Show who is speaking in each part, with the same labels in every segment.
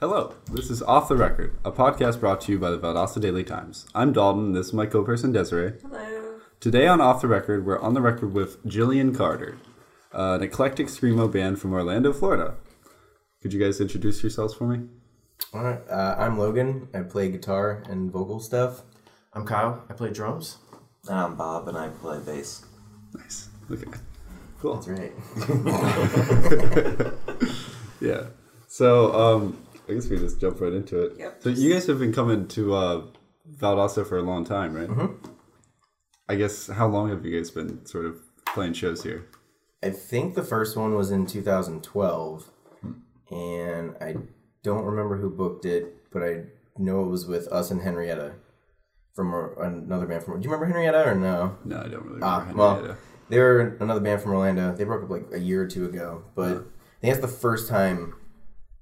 Speaker 1: Hello, this is Off the Record, a podcast brought to you by the Valdosta Daily Times. I'm Dalton, and this is my co person Desiree.
Speaker 2: Hello.
Speaker 1: Today on Off the Record, we're on the record with Jillian Carter, uh, an eclectic Screamo band from Orlando, Florida. Could you guys introduce yourselves for me?
Speaker 3: All right. Uh, I'm Logan. I play guitar and vocal stuff.
Speaker 4: I'm Kyle. I play drums.
Speaker 5: And I'm Bob, and I play bass.
Speaker 1: Nice. Okay. Cool.
Speaker 3: That's right.
Speaker 1: Yeah. So, um, I guess we just jump right into it.
Speaker 2: Yep.
Speaker 1: So, you guys have been coming to uh, Valdosta for a long time, right? I guess, how long have you guys been sort of playing shows here?
Speaker 3: I think the first one was in 2012, and I don't remember who booked it, but I know it was with us and Henrietta from a, another band from. Do you remember Henrietta or no?
Speaker 1: No, I don't really remember.
Speaker 3: Ah,
Speaker 1: how to do
Speaker 3: well,
Speaker 1: that.
Speaker 3: they were another band from Orlando. They broke up like a year or two ago, but I think that's the first time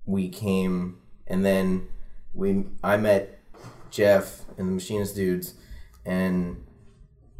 Speaker 3: we came. And then we, I met Jeff and the Machinist dudes, and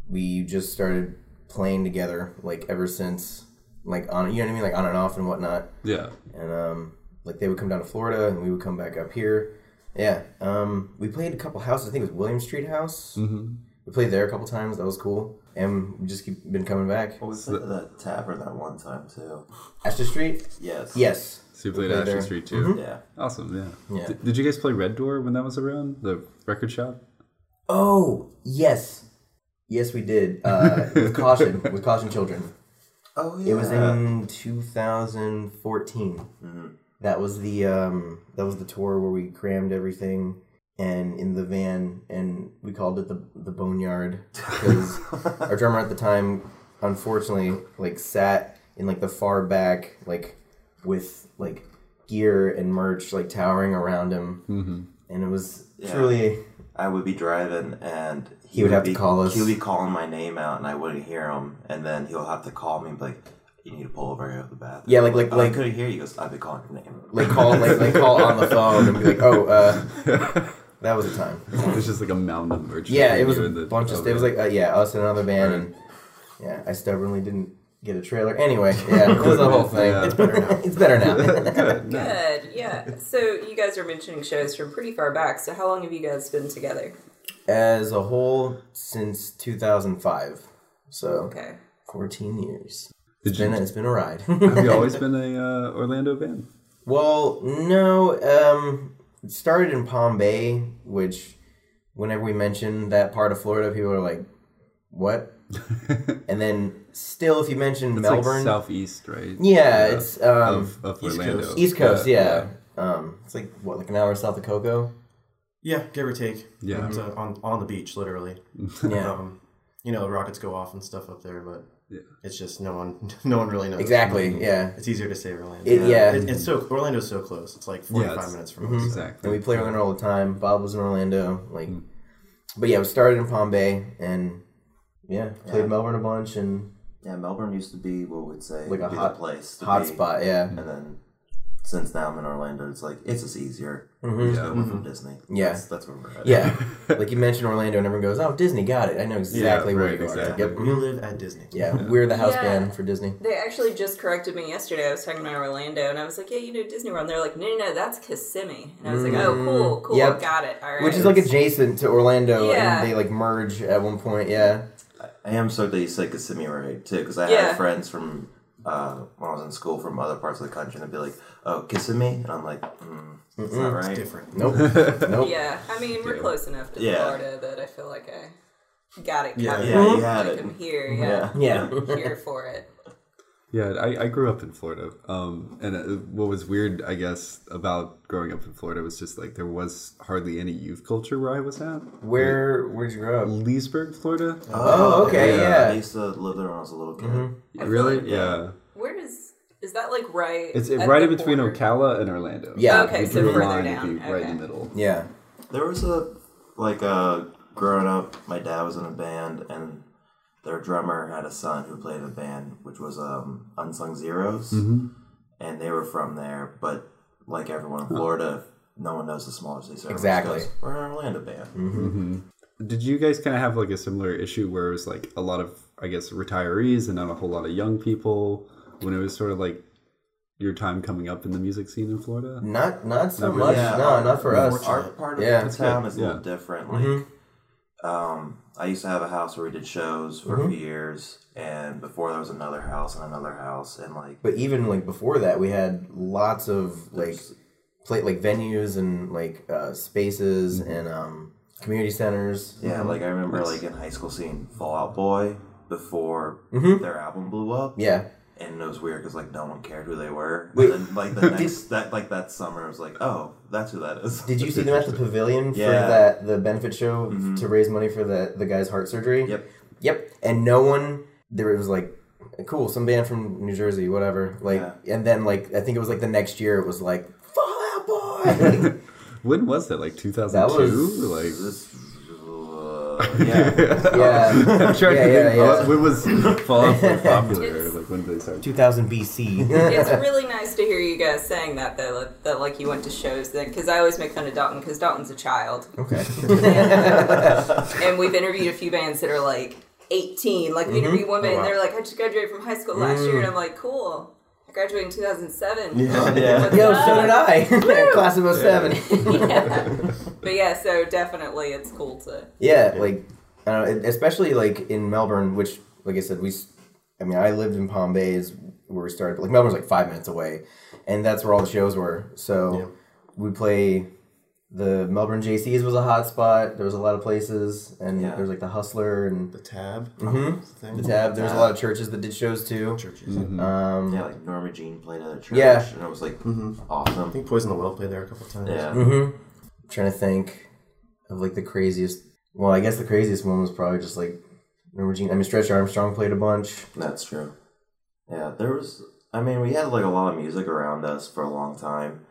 Speaker 3: we just started playing together like ever since, like on you know what I mean, like on and off and whatnot.
Speaker 1: yeah.
Speaker 3: And um, like they would come down to Florida, and we would come back up here. Yeah, um, we played a couple houses. I think it was William Street House. Mm-hmm. We played there a couple times. That was cool. And we just keep been coming back.
Speaker 5: Well, we played at that tavern that one time too.
Speaker 3: Ashton Street.
Speaker 5: Yes.
Speaker 3: Yes.
Speaker 1: So you played
Speaker 3: played
Speaker 1: Asher
Speaker 3: there.
Speaker 1: Street too.
Speaker 5: Yeah.
Speaker 1: Awesome, yeah.
Speaker 3: Mm-hmm. Yeah.
Speaker 1: D- did you guys play Red Door when that was around? The record shop?
Speaker 3: Oh yes, yes we did. Uh, with caution, with caution, children.
Speaker 5: Oh yeah.
Speaker 3: It was
Speaker 5: Mm-hmm.
Speaker 3: in 2014. That was the um, that was the tour where we crammed everything and in the van, and we called it the the boneyard because our drummer at the time, unfortunately, like sat in like the far back, like with like gear and merch like towering around him, mm-hmm. and it was
Speaker 5: Yeah.
Speaker 3: truly
Speaker 5: I would be driving, and
Speaker 3: He would have to
Speaker 5: be,
Speaker 3: call us.
Speaker 5: He'd be calling my name out, and I wouldn't hear him. And then he'll have to call me, and be like, "You need to pull over here to the bathroom."
Speaker 3: Yeah, like- like-
Speaker 5: "Oh,
Speaker 3: like-
Speaker 5: I couldn't hear you. He goes, I've been calling your name.
Speaker 3: like call like, like call on the phone and be like, oh, uh, that was a time.
Speaker 1: It was just like a mountain of merch.
Speaker 3: Yeah,
Speaker 1: You
Speaker 3: it was
Speaker 1: were
Speaker 3: a
Speaker 1: in the-
Speaker 3: bunch
Speaker 1: oh,
Speaker 3: of stuff. It was like uh, yeah, us and another band, and yeah, I stubbornly didn't get a trailer. Anyway, yeah, it was the whole thing.
Speaker 1: Yeah.
Speaker 3: It's better now. it's better now.
Speaker 1: Good, no.
Speaker 2: Good. Yeah. So you guys are mentioning shows from pretty far back. So how long have you guys been together?
Speaker 3: As a whole, since 2005, so
Speaker 2: Okay.
Speaker 3: 14 years.
Speaker 1: Did
Speaker 3: It's been
Speaker 1: you,
Speaker 3: it's been a ride.
Speaker 1: have you always been a uh, Orlando band?
Speaker 3: Well, no. Um, it started in Palm Bay, which whenever we mention that part of Florida, people are like, "What?" and then still, if you mention
Speaker 1: It's
Speaker 3: Melbourne,
Speaker 1: like southeast, right?
Speaker 3: yeah, it's um,
Speaker 1: of, of
Speaker 4: East
Speaker 1: Orlando.
Speaker 4: Coast.
Speaker 3: East Coast, yeah. Um, it's like what, like an hour south of Cocoa.
Speaker 4: Yeah, give or take.
Speaker 1: Yeah. Mm-hmm.
Speaker 4: It's, uh, on on the beach, literally.
Speaker 3: Yeah,
Speaker 4: Um, you know, rockets go off and stuff up there, but
Speaker 1: Yeah.
Speaker 4: it's just no one no one really knows. Mm-hmm.
Speaker 3: exactly. Yeah,
Speaker 4: It's easier to say Orlando.
Speaker 3: It- yeah. Mm-hmm.
Speaker 4: It- it's so Orlando's so close. It's like forty five
Speaker 1: it's-
Speaker 4: minutes from us.
Speaker 1: Exactly.
Speaker 3: and we play Orlando all the time. Bob was in Orlando, like, but yeah, we started in Palm Bay, and yeah, played
Speaker 5: Yeah.
Speaker 3: Melbourne a bunch and
Speaker 5: Yeah, Melbourne used to be what we'd say
Speaker 3: Like a
Speaker 5: be
Speaker 3: hot-
Speaker 5: the place, to
Speaker 3: hot
Speaker 5: be.
Speaker 3: spot. Yeah,
Speaker 5: And then since now I'm in Orlando, it's like it's just easier. Just
Speaker 1: Yeah.
Speaker 5: go in from Disney.
Speaker 3: Mm-hmm. Yeah.
Speaker 5: that's, that's where we're at.
Speaker 3: Yeah, like you mentioned Orlando, and everyone goes, "Oh, Disney got it." I know exactly where
Speaker 1: right,
Speaker 3: you
Speaker 1: exactly.
Speaker 3: are. Yep. mm-hmm.
Speaker 4: We live at Disney.
Speaker 3: Yeah, we're the house
Speaker 2: Yeah.
Speaker 3: band for Disney.
Speaker 2: They actually just corrected me yesterday. I was talking about Orlando, and I was like, "Yeah, you know Disney World." And they're like, "No, no, no, that's Kissimmee." And I was like, "Oh, cool, cool,
Speaker 3: Yep.
Speaker 2: got it. All right."
Speaker 3: Which is like adjacent to Orlando,
Speaker 2: Yeah.
Speaker 3: and they like merge at one point. Yeah,
Speaker 5: I am so glad you said Kissimmee right too, because I
Speaker 2: Yeah.
Speaker 5: had friends from uh, when I was in school from other parts of the country, and they'd be like, "Oh, Kissimmee," and I'm like, mm, "That's not right."
Speaker 4: It's different.
Speaker 3: nope, nope.
Speaker 2: yeah. I mean, we're close enough to
Speaker 5: Yeah.
Speaker 2: Florida that I feel like I got it.
Speaker 4: Yeah.
Speaker 2: covered.
Speaker 5: Yeah, you had
Speaker 2: like
Speaker 5: it.
Speaker 2: I'm here. Yeah,
Speaker 5: Yeah.
Speaker 3: Yeah,
Speaker 2: here for it.
Speaker 1: Yeah, I, I grew up in Florida. Um, and uh, what was weird, I guess, about growing up in Florida was just like there was hardly any youth culture where I was at.
Speaker 3: where where'd you grow up?
Speaker 1: Leesburg, Florida?
Speaker 3: Oh, okay,
Speaker 5: I
Speaker 3: yeah. Mm-hmm.
Speaker 5: used to live there when I was a little kid.
Speaker 1: really?
Speaker 5: yeah.
Speaker 1: yeah.
Speaker 2: Where is is that like right?
Speaker 1: It's
Speaker 2: at
Speaker 1: right
Speaker 2: the
Speaker 1: in between
Speaker 2: border?
Speaker 1: Ocala and Orlando.
Speaker 3: Yeah.
Speaker 2: Okay,
Speaker 1: We
Speaker 2: so
Speaker 1: drew a
Speaker 2: further
Speaker 1: line
Speaker 2: down.
Speaker 1: it'd be right in
Speaker 2: Okay.
Speaker 1: the middle.
Speaker 3: Yeah,
Speaker 5: There was a like uh, growing up, my dad was in a band, and their drummer had a son who played in a band, which was um, Unsung Zeros,
Speaker 3: Mm-hmm.
Speaker 2: Mm-hmm.
Speaker 5: and they were from there. But like everyone in Florida, no one knows the smaller city. So everyone just
Speaker 3: Exactly.
Speaker 5: goes, We're an Orlando band.
Speaker 1: Mm-hmm.
Speaker 2: Mm-hmm.
Speaker 1: Did you guys kind of have like a similar issue where it was like a lot of, I guess, retirees and not a whole lot of young people when it was sort of like your time coming up in the music scene in Florida?
Speaker 3: Not not so
Speaker 1: Not really.
Speaker 3: much.
Speaker 5: Yeah,
Speaker 3: no,
Speaker 5: our-
Speaker 3: not for us.
Speaker 5: Our part of
Speaker 3: Yeah.
Speaker 5: the
Speaker 3: That's
Speaker 5: town
Speaker 1: good.
Speaker 5: is a little
Speaker 1: Yeah.
Speaker 5: different. Like,
Speaker 3: Mhm.
Speaker 5: um, I used to have a house where we did shows for
Speaker 3: Mm-hmm.
Speaker 5: a few years, and before there was another house and another house, and like
Speaker 3: But even like before that, we had lots of like play, like venues and like uh, spaces and um, community centers.
Speaker 5: Mm-hmm. yeah, like I remember like in high school seeing Fallout Boy before their album blew up.
Speaker 3: Mm-hmm. Yeah.
Speaker 5: and it was weird because like no one cared who they were.
Speaker 3: Wait.
Speaker 5: and then, like the next that like that summer, I was like, oh, that's who that is.
Speaker 3: Did you see them at the pavilion
Speaker 5: Yeah.
Speaker 3: for
Speaker 5: Mm-hmm.
Speaker 3: that the benefit show to raise money for the the guy's heart surgery?
Speaker 5: Yep.
Speaker 3: Yep. And no one there was like cool, some band from New Jersey, whatever. Like and then like I think it was like the next year it was like Fall Out Boy.
Speaker 1: When was that? Like 2002?
Speaker 3: was-
Speaker 1: Like
Speaker 5: This, uh, yeah,
Speaker 3: yeah.
Speaker 1: I'm trying
Speaker 3: Yeah,
Speaker 1: to
Speaker 3: yeah,
Speaker 1: think.
Speaker 3: yeah.
Speaker 1: When was Fallout Boy popular? like when did they start?
Speaker 3: 2000 BC.
Speaker 2: It's really nice to hear you guys saying that though, like, that like you went to shows then, because I always make fun of Dalton because Dalton's a child,
Speaker 3: okay.
Speaker 2: and we've interviewed a few bands that are like 18. Like we interviewed
Speaker 3: Mm-hmm.
Speaker 2: one
Speaker 3: Oh,
Speaker 2: band, and they're like, "I just graduated from high school last year," and
Speaker 3: Mm.
Speaker 2: I'm like, "Cool, I graduated in 2007."
Speaker 5: Yeah. Yeah.
Speaker 2: What's
Speaker 3: Yo,
Speaker 2: up?
Speaker 3: so did I. Class of 07.
Speaker 2: yeah. But yeah, so definitely it's cool to.
Speaker 3: Yeah, like I don't know, it- especially like in Melbourne, which like I said, we. s- I mean, I lived in Palm Bay is where we started. But, like Melbourne's like five minutes away, and that's where all the shows were. So
Speaker 4: Yeah.
Speaker 3: we play. The Melbourne JCs was a hot spot. There was a lot of places, and
Speaker 5: Yeah.
Speaker 3: there was like the Hustler and
Speaker 4: The tab.
Speaker 3: Mhm.
Speaker 4: Thing.
Speaker 3: the Tab. There was a lot of churches that did shows too.
Speaker 4: Churches.
Speaker 1: Mm-hmm.
Speaker 3: Um,
Speaker 5: yeah. Like Norma Jean played at a church,
Speaker 3: Yeah.
Speaker 5: and it was like
Speaker 4: Mhm. I
Speaker 5: awesome.
Speaker 4: think Poison the Well played there a couple times.
Speaker 5: Yeah,
Speaker 3: Mm-hmm. I'm trying to think of like the craziest. Well, I guess the craziest one was probably just like Norma Jean. I mean, Stretch Armstrong played a bunch.
Speaker 5: that's true. Yeah, there was. I mean, we had like a lot of music around us for a long time.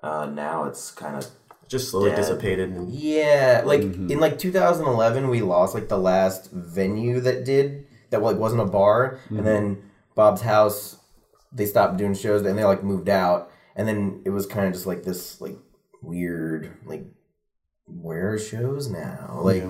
Speaker 5: Uh, now it's kind of
Speaker 4: Just slowly
Speaker 5: Yeah.
Speaker 4: dissipated. And,
Speaker 3: Yeah, like in like 2011, we lost like the last venue that did that like wasn't a bar, and then Bob's House they stopped doing shows and they like moved out, and then it was kind of just like this like weird like where are shows now like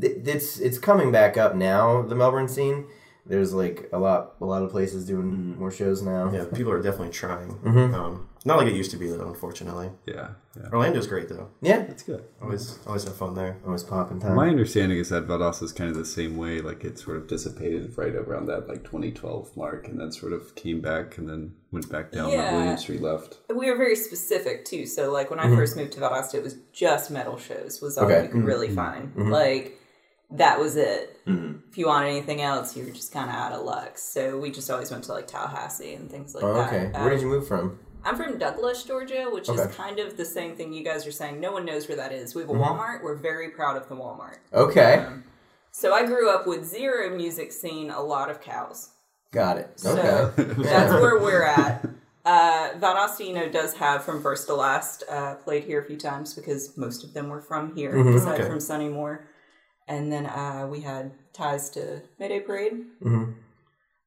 Speaker 3: th- it's it's coming back up now the Melbourne scene. There's like a lot a lot of places doing more shows now.
Speaker 4: yeah, people are definitely trying.
Speaker 3: Mm-hmm.
Speaker 4: Um, not like it used to be though, unfortunately.
Speaker 1: Yeah, yeah,
Speaker 4: Orlando's great though.
Speaker 3: Yeah,
Speaker 1: that's good.
Speaker 4: Always, always have fun there.
Speaker 3: always popping time.
Speaker 1: My understanding is that Valdosta is kind of the same way. Like it sort of dissipated right around that like 2012 mark, and then sort of came back, and then went back down.
Speaker 2: Yeah.
Speaker 1: Like William Street left.
Speaker 2: We were very specific too. So like when I first moved to Valdosta, it was just metal shows was
Speaker 3: Mm-hmm.
Speaker 2: all
Speaker 3: Okay. Mm-hmm.
Speaker 2: you could really find. Like that was it. If you wanted anything else, you were just kind of out of luck. So we just always went to like Tallahassee and things like
Speaker 3: Oh,
Speaker 2: that.
Speaker 3: okay,
Speaker 2: Uh,
Speaker 3: where did you move from?
Speaker 2: I'm from Douglas, Georgia, which
Speaker 3: Okay.
Speaker 2: is kind of the same thing you guys are saying. No one knows where that is. We have a
Speaker 3: Mm-hmm.
Speaker 2: Walmart. We're very proud of the Walmart.
Speaker 3: Okay,
Speaker 2: So I grew up with zero music scene, a lot of cows.
Speaker 3: got it. Okay.
Speaker 2: So that's where we're at. Uh, Valdosta, you know, does have from first to last uh, played here a few times because most of them were from here, aside
Speaker 4: Okay.
Speaker 2: from Sunnymore. And then uh, we had ties to Mayday Parade.
Speaker 3: Mhm.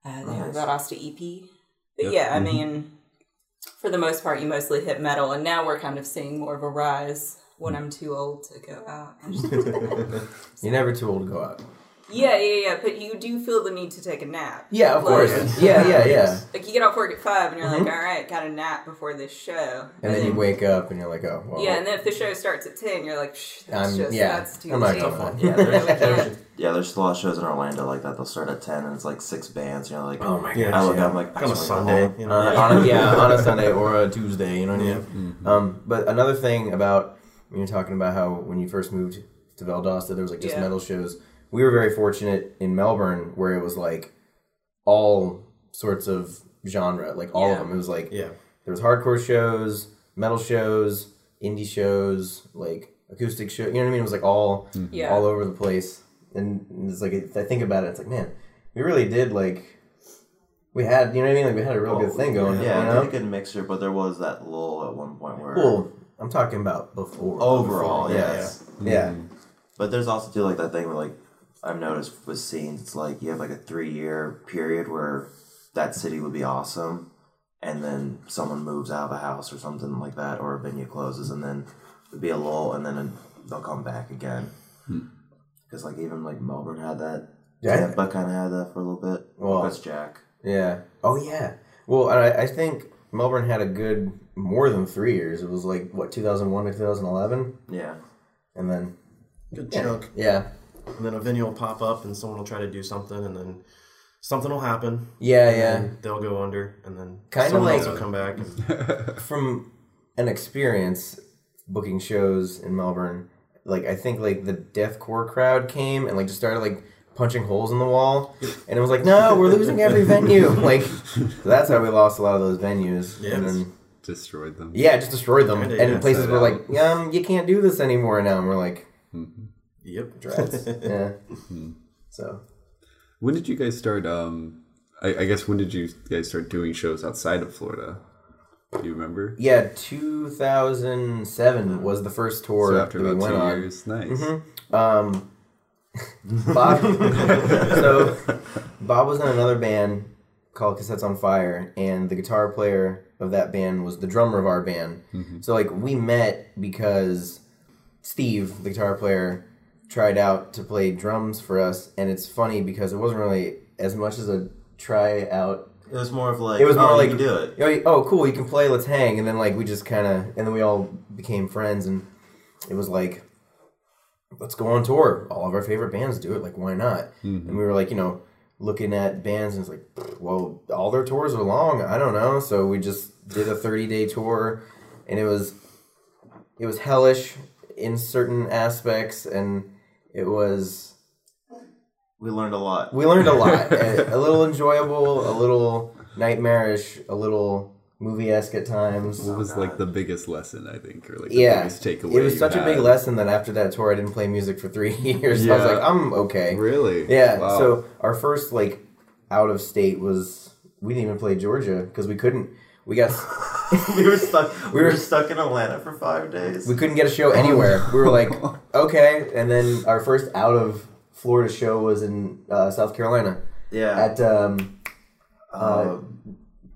Speaker 2: Uh, they had a Valdosta EP. But yeah, I mean, for the most part, you mostly hit metal, and now we're kind of seeing more of a rise when I'm too old to go out. and just-
Speaker 3: You're never too old to go out.
Speaker 2: yeah, yeah, yeah. But you do feel the need to take a nap.
Speaker 3: Yeah, of
Speaker 2: Like-
Speaker 3: course. Yeah, yeah, yeah.
Speaker 2: Like you get off work at five and you're like, all right, got a nap before this show.
Speaker 3: Mm-hmm. And then you wake up and you're like, oh, well.
Speaker 2: Mm-hmm. yeah, and then if the show starts at ten, you're like, Shh, that's
Speaker 3: I'm-
Speaker 2: just
Speaker 3: yeah,
Speaker 2: that's too
Speaker 3: I'm not
Speaker 2: painful.
Speaker 3: going.
Speaker 2: Yeah, there's- there's-
Speaker 5: yeah. There's a lot of shows in Orlando like that. They'll start at ten, and it's like six bands. And you're like, oh my
Speaker 4: Yeah,
Speaker 5: I look
Speaker 4: yeah.
Speaker 5: up, I'm like, I
Speaker 4: Come a
Speaker 5: just wanna go
Speaker 4: Sunday.
Speaker 5: home.
Speaker 4: You know?
Speaker 3: Uh,
Speaker 4: yeah.
Speaker 3: on a, yeah, on a Sunday or a Tuesday, you know what I mean?
Speaker 2: Mm-hmm.
Speaker 3: Um, but another thing about when you're talking about how when you first moved to Valdosta, there was like just
Speaker 2: Yeah.
Speaker 3: metal shows. We were very fortunate in Melbourne where it was like all sorts of genre, like all of
Speaker 2: Yeah.
Speaker 3: them. It was like
Speaker 4: Yeah.
Speaker 3: there was hardcore shows, metal shows, indie shows, like acoustic show. You know what I mean? It was like all
Speaker 2: Yeah.
Speaker 3: all over the place. And it's like if I think about it, it's like man, we really did like we had you know what I mean? Like we had a real good thing going.
Speaker 5: Oh, Yeah,
Speaker 3: you
Speaker 5: it was
Speaker 3: know?
Speaker 5: a good mixture, but there was that lull at one point where
Speaker 3: Well, I'm talking about before
Speaker 5: overall,
Speaker 3: Before,
Speaker 5: yes.
Speaker 3: yeah,
Speaker 5: But there's also too like that thing where like I've noticed with scenes, it's like you have like a three year period where that city would be awesome, and then someone moves out of a house or something like that, or a venue closes, and then it'd be a lull, and then they'll come back again. Because like even like Melbourne had that,
Speaker 3: Yeah.
Speaker 5: Mm-hmm. Tampa kind of had that for a little bit.
Speaker 3: Well-
Speaker 5: that's Jack.
Speaker 3: yeah. Oh yeah. Well, I, I think Melbourne had a good more than three years. It was like what 2001 to 2011,
Speaker 5: Yeah.
Speaker 3: and then
Speaker 4: Good
Speaker 3: yeah,
Speaker 4: chunk.
Speaker 3: yeah,
Speaker 4: And then a venue will pop up and someone will try to do something and then something will happen.
Speaker 3: yeah,
Speaker 4: and
Speaker 3: yeah.
Speaker 5: Mm-hmm.
Speaker 4: then They'll go under and then
Speaker 3: Kinda
Speaker 4: someone
Speaker 3: like-
Speaker 4: else will come back. And,
Speaker 3: From an experience booking shows in Melbourne, like I think like the deathcore crowd came and like just started like punching holes in the wall, and it was like, no, we're losing every venue. Like so that's how we lost a lot of those venues.
Speaker 4: Yes.
Speaker 3: And then,
Speaker 1: Destroyed them.
Speaker 3: yeah, it just destroyed them.
Speaker 4: Kinda,
Speaker 3: and
Speaker 4: yeah,
Speaker 3: places
Speaker 1: inside
Speaker 3: were
Speaker 1: out.
Speaker 3: like, um, you can't do this anymore now. And we're like,
Speaker 4: yep.
Speaker 3: Dreads. yeah.
Speaker 1: Hmm.
Speaker 3: So
Speaker 1: When did you guys start? Um, I, I guess when did you guys start doing shows outside of Florida? Do you remember?
Speaker 3: yeah, 2007 was the first tour
Speaker 1: so after
Speaker 3: that we
Speaker 1: about
Speaker 3: went
Speaker 1: two
Speaker 3: on.
Speaker 1: years, nice.
Speaker 3: Um, Bob. so Bob was in another band called Cassettes on Fire, and the guitar player of that band was the drummer of our band. So like we met because Steve, the guitar player, tried out to play drums for us, and it's funny because it wasn't really as much as a try out.
Speaker 5: It was more of like,
Speaker 3: It was more
Speaker 5: oh,
Speaker 3: like
Speaker 5: you can do it.
Speaker 3: Oh, oh, cool! You can play. Let's hang. And then like we just kind of, and then we all became friends, and it was like, let's go on tour. All of our favorite bands do it. Like, why not?
Speaker 5: Mm-hmm.
Speaker 3: And we were like, you know, looking at bands, and it's like, well, all their tours are long. I don't know. So we just did a thirty day tour, and it was, it was hellish in certain aspects, and it was
Speaker 5: We learned a lot.
Speaker 3: we learned a lot. Eh, a, a little enjoyable, a little nightmarish, a little movie esque at times.
Speaker 1: What was like the biggest lesson I think, or like the
Speaker 3: yeah,
Speaker 1: biggest takeaway?
Speaker 3: it was
Speaker 1: you
Speaker 3: such a
Speaker 1: had?
Speaker 3: big lesson that after that tour, I didn't play music for three years. I was
Speaker 1: Yeah.
Speaker 3: like, I'm okay.
Speaker 1: Really?
Speaker 3: Yeah.
Speaker 1: Wow.
Speaker 3: So our first like out of state was we didn't even play Georgia because we couldn't. We got
Speaker 5: we were stuck. We
Speaker 3: were-
Speaker 5: were stuck in Atlanta for five days.
Speaker 3: we couldn't get a
Speaker 1: Oh,
Speaker 3: show anywhere. We were like, okay. And then our first out of Florida show was in uh, South Carolina
Speaker 5: yeah.
Speaker 3: at um,
Speaker 5: uh,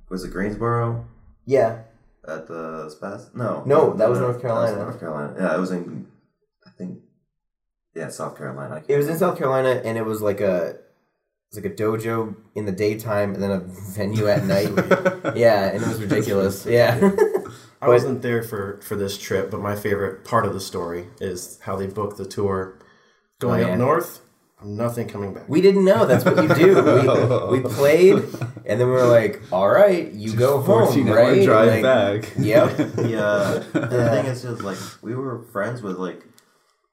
Speaker 5: was it Greensboro
Speaker 3: yeah
Speaker 5: at the Spas? No.
Speaker 3: No, that was North
Speaker 5: That
Speaker 3: Carolina.
Speaker 5: was North Carolina. Yeah, it was in. I think. Yeah, South Carolina. I can't
Speaker 3: It was in South Carolina, and it was like a it was like a dojo in the daytime, and then a venue at night. yeah, and it was ridiculous. Yeah,
Speaker 4: I wasn't there for, for this trip, but my favorite part of the story is how they booked the tour going
Speaker 3: Oh, yeah.
Speaker 4: up north, nothing coming back.
Speaker 3: we didn't know that's what you do. We, we played, and then we were like, "All right, you go home,
Speaker 1: Fourteen hour
Speaker 3: right?"
Speaker 1: drive
Speaker 3: Like,
Speaker 1: back.
Speaker 3: Yep.
Speaker 5: Yeah. The thing is, just like we were friends with like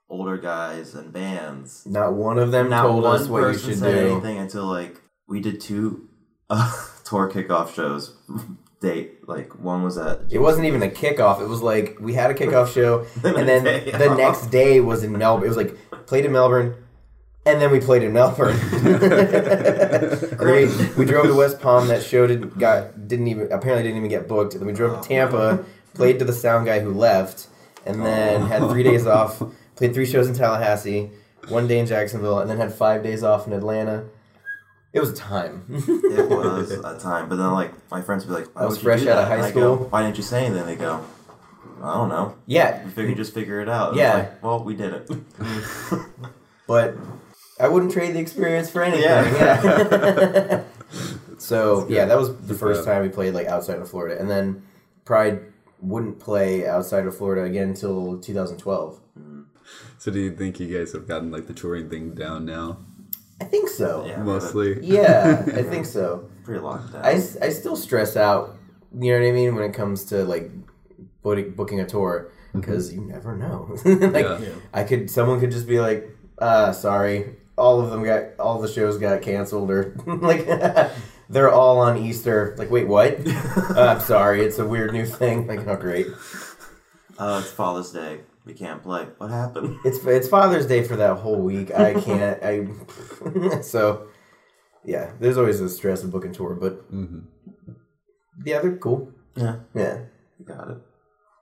Speaker 5: older guys and bands.
Speaker 3: Not one of them
Speaker 5: Not
Speaker 3: told
Speaker 5: one
Speaker 3: us what you
Speaker 5: person
Speaker 3: should
Speaker 5: said
Speaker 3: do.
Speaker 5: anything until like we did two uh, tour kickoff shows. Date like one was at
Speaker 3: It wasn't even a kickoff. It was like we had a kickoff show, and then
Speaker 5: Day
Speaker 3: the
Speaker 5: off.
Speaker 3: next day was in Melbourne. It was like played in Melbourne, and then we played in Melbourne. And then we, we drove to West Palm. That show didn't got didn't even apparently didn't even get booked. And then we drove to Tampa, played to the sound guy who left, and then had three days off. Played three shows in Tallahassee, one day in Jacksonville, and then had five days off in Atlanta. It was time.
Speaker 5: it was a time, but then like my friends would be like, "Why
Speaker 3: I was
Speaker 5: would
Speaker 3: fresh
Speaker 5: you do
Speaker 3: out of
Speaker 5: that?"
Speaker 3: high
Speaker 5: And I go,
Speaker 3: school.
Speaker 5: Why didn't you say anything? They go, "I don't know.
Speaker 3: yeah,
Speaker 5: We figured just figure it out." And
Speaker 3: Yeah.
Speaker 5: it's like, well, we did it.
Speaker 3: but I wouldn't trade the experience for anything.
Speaker 5: Yeah.
Speaker 3: Yeah. so yeah, that was the
Speaker 1: Good
Speaker 3: first
Speaker 1: job.
Speaker 3: time we played like outside of Florida, and then Pride wouldn't play outside of Florida again until 2012.
Speaker 1: So do you think you guys have gotten like the touring thing down now?
Speaker 3: I think so.
Speaker 5: Yeah,
Speaker 3: Yeah,
Speaker 5: we
Speaker 1: Mostly.
Speaker 3: I think so.
Speaker 5: were pretty locked down.
Speaker 3: I, s- I still stress out. You know what I mean when it comes to like book- booking a tour because you never know. like
Speaker 1: Yeah.
Speaker 3: I could someone could just be like, uh, sorry, all of them got all the shows got canceled or like they're all on Easter. Like wait, what? uh, I'm sorry, it's a weird new thing. Like oh great,
Speaker 5: Oh, it's Father's Day. We can't play. What happened?
Speaker 3: it's it's Father's Day for that whole week. I can't. I so yeah, there's always the stress of booking tour, but yeah, they're cool.
Speaker 5: Yeah,
Speaker 3: Yeah,
Speaker 5: you got it.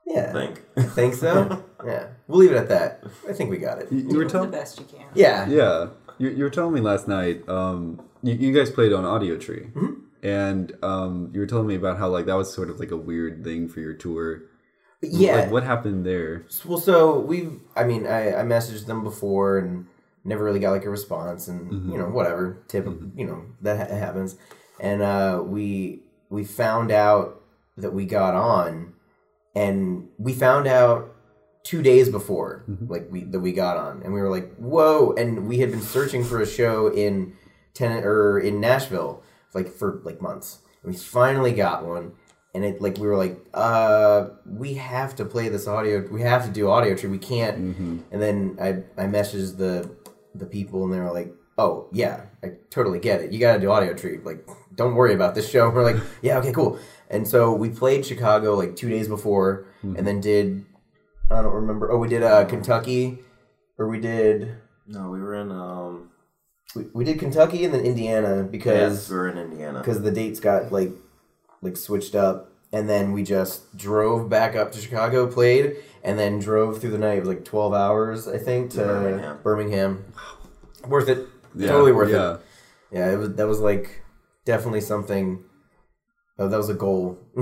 Speaker 3: yeah.
Speaker 5: I think.
Speaker 3: Think so? yeah. We'll leave it at that. I think we got it.
Speaker 1: You, you were
Speaker 2: the
Speaker 1: telling.
Speaker 2: best you can.
Speaker 3: Yeah.
Speaker 1: Yeah, you, you were telling me last night. Um, you, you guys played on Audio Tree,
Speaker 3: Mm-hmm.
Speaker 1: and um, you were telling me about how like that was sort of like a weird thing for your tour.
Speaker 3: Yeah.
Speaker 1: Like, what happened there?
Speaker 3: Well, so we, I mean, I, I messaged them before and never really got like a response, and you know, whatever tip, you know, that ha- happens. And uh, we we found out that we got on, and we found out two days before, like we that we got on, and we were like, "Whoa!" And we had been searching for a show in ten or in Nashville, like for like months, and we finally got one. And it like we were like, uh, we have to play this audio. We have to do audio tree. We can't. And then I I messaged the the people, and they were like, oh yeah, I totally get it. You got to do audio tree. Like, don't worry about this show. We're like, yeah, okay, cool. And so we played Chicago like two days before, and then did I don't remember. Oh, we did uh, Kentucky, or we did
Speaker 5: No, we were in um.
Speaker 3: we, we did Kentucky and then Indiana
Speaker 5: Yes,
Speaker 3: because
Speaker 5: we were in Indiana.
Speaker 3: because the dates got like like switched up, and then we just drove back up to Chicago, played, and then drove through the night. It was like twelve hours, I think, to
Speaker 5: Birmingham.
Speaker 3: Birmingham. Worth it, totally worth it.
Speaker 1: yeah.
Speaker 3: Yeah, it was that was like definitely something. Uh, that was a goal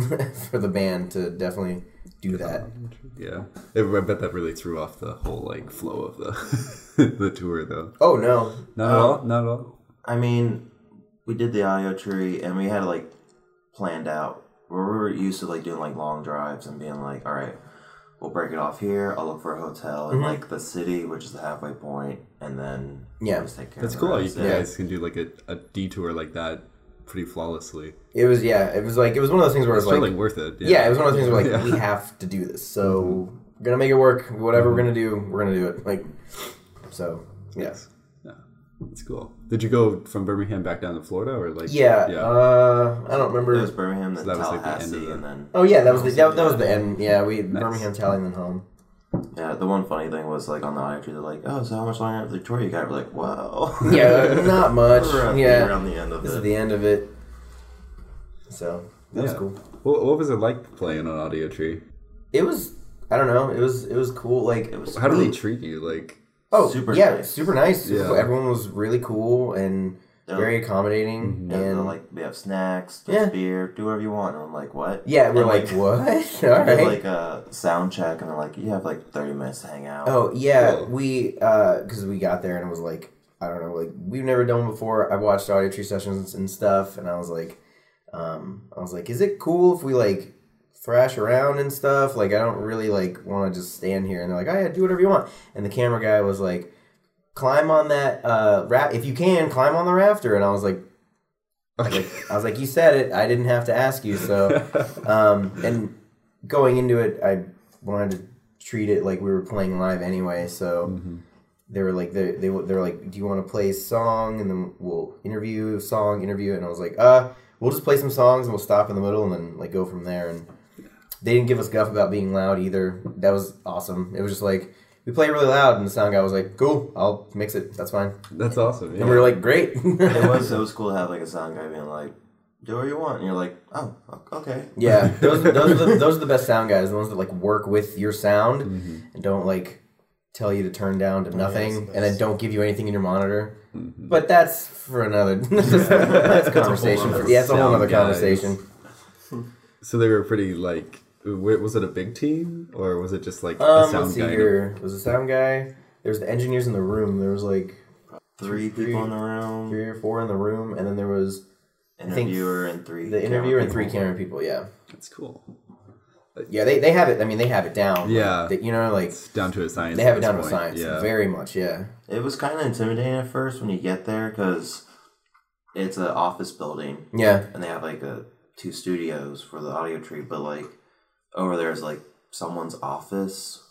Speaker 3: for the band to definitely do that.
Speaker 1: Yeah, I I bet that really threw off the whole like flow of the the tour though.
Speaker 3: Oh no,
Speaker 1: Not at all. Not at all.
Speaker 5: I mean, we did the audio tree and we had like planned out. We were used to like doing like long drives and being like, all right, we'll break it off here. I'll look for a hotel
Speaker 3: Mm-hmm.
Speaker 5: in like the city, which is the halfway point, and then
Speaker 3: Yeah.
Speaker 5: just take care
Speaker 1: That's
Speaker 5: of the
Speaker 1: cool. You
Speaker 5: rest. Yeah.
Speaker 1: guys can do like a, a detour like that pretty flawlessly.
Speaker 3: it was yeah, it was like it was one of those things where
Speaker 1: It's
Speaker 3: it was like
Speaker 1: totally worth it.
Speaker 3: yeah. it was one of those things where like
Speaker 1: Yeah.
Speaker 3: we have to do this, so
Speaker 5: Mm-hmm.
Speaker 3: we're gonna make it work. Whatever we're gonna do, we're gonna do it. Like so, yeah,
Speaker 1: Yeah, that's cool. Did you go from Birmingham back down to Florida or like?
Speaker 3: yeah.
Speaker 1: yeah.
Speaker 3: Uh, I don't remember.
Speaker 5: It was Birmingham, then
Speaker 1: that was, like, the end of
Speaker 5: Tallahassee,
Speaker 1: the-
Speaker 5: and then
Speaker 3: oh yeah, that was the that, that was the end. Yeah, we Birmingham Tally and then home.
Speaker 5: yeah. The one funny thing was like on the audio tree, they're like, oh, so how much longer after the tour you got? We're like, wow.
Speaker 3: Yeah, not much.
Speaker 5: We're at-
Speaker 3: yeah,
Speaker 5: around the end of
Speaker 3: this
Speaker 5: it.
Speaker 3: is the end of it. So that was
Speaker 1: Yeah.
Speaker 3: cool.
Speaker 1: What, what was it like playing on Audio Tree?
Speaker 3: It was I don't know. It was it was cool. Like
Speaker 5: it was
Speaker 1: How did
Speaker 5: sweet.
Speaker 1: they treat you? Like,
Speaker 3: oh
Speaker 5: super
Speaker 3: yeah,
Speaker 5: nice.
Speaker 3: super nice. Super
Speaker 1: Yeah.
Speaker 3: cool. Everyone was really cool and
Speaker 5: Yeah.
Speaker 3: very accommodating and
Speaker 5: And they're like, we have snacks, there's
Speaker 3: Yeah.
Speaker 5: beer, do whatever you want. And I'm like, what?
Speaker 3: yeah, we're
Speaker 5: And,
Speaker 3: like, what? All
Speaker 5: We did,
Speaker 3: right.
Speaker 5: like a sound check, and they're like, you have like 30 minutes to hang out.
Speaker 3: oh yeah,
Speaker 1: Cool.
Speaker 3: we because we got there and it was like I don't know like we've never done one before. I watched audio tree sessions and stuff, and I was like, um, I was like, is it cool if we like thrash around and stuff? Like I don't really like want to just stand here. And they're like, oh yeah, do whatever you want. And the camera guy was like, climb on that uh raft if you can climb on the rafter. And I was like.
Speaker 1: okay.
Speaker 3: I was like, you said it. I didn't have to ask you. So, um, and going into it, I wanted to treat it like we were playing live anyway. So they were like, they, they, were- they were like, do you want to play a song? And then we'll interview song, interview. And I was like, uh, we'll just play some songs and we'll stop in the middle and then like go from there. And they didn't give us guff about being loud either. That was awesome. It was just like, we play really loud. And the sound guy was like, cool, I'll mix it. That's fine.
Speaker 1: that's awesome. Yeah.
Speaker 3: And we were like, great.
Speaker 5: It was it was cool to have like a sound guy being like, do whatever you want. And you're like, oh, o- okay.
Speaker 3: Yeah, those those are the, those are the best sound guys. The ones that like work with your sound and don't like tell you to turn down to nothing, and then don't give you anything in your monitor. But that's for another that's a conversation.
Speaker 5: other
Speaker 3: yeah, it's a whole
Speaker 1: sound
Speaker 3: other
Speaker 1: guys.
Speaker 3: conversation.
Speaker 1: so they were pretty like. w- Was it a big team or was it just like a
Speaker 3: Um,
Speaker 1: sound
Speaker 3: let's see
Speaker 1: guy?
Speaker 3: here. There was a sound guy. There was the engineers in the room. There was like
Speaker 5: Three people in the room,
Speaker 3: three or four in the room, and then there was think
Speaker 5: interviewer and three.
Speaker 3: the
Speaker 5: camera
Speaker 3: interviewer and three
Speaker 5: people.
Speaker 3: camera people. Yeah,
Speaker 1: That's cool.
Speaker 3: yeah, they they have it. I mean, they have it down.
Speaker 1: Yeah.
Speaker 3: They- you know, like
Speaker 1: It's down to a science.
Speaker 3: they have
Speaker 1: at
Speaker 3: it
Speaker 1: this
Speaker 3: down to
Speaker 1: point.
Speaker 3: science.
Speaker 1: Yeah.
Speaker 3: Very much. Yeah.
Speaker 5: It was kind of intimidating at first when you get there because it's an office building
Speaker 3: Yeah.
Speaker 5: and they have like a, two studios for the audio tree, but like over there is like someone's office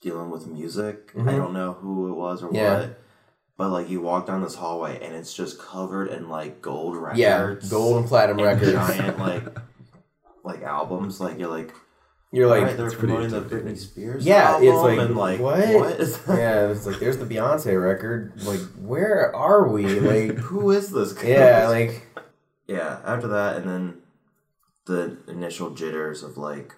Speaker 5: dealing with music. I don't know who it was or
Speaker 3: Mm-hmm. Yeah.
Speaker 5: what. But like you walk down this hallway and it's just covered in like gold records.
Speaker 3: Yeah, gold and platinum records.
Speaker 5: giant like like albums. Like you're like
Speaker 3: You're
Speaker 5: like
Speaker 3: like,
Speaker 5: they're
Speaker 1: pretty
Speaker 5: promoting the
Speaker 1: intimidating.
Speaker 5: Britney Spears.
Speaker 3: yeah, it's
Speaker 5: album,"
Speaker 3: like,
Speaker 5: and like
Speaker 3: what?
Speaker 5: what is that?
Speaker 3: yeah, it's like there's the Beyonce record. Like, where are we? Like,
Speaker 5: Who is this? guy?
Speaker 3: yeah, like
Speaker 5: yeah. After that, and then the initial jitters of like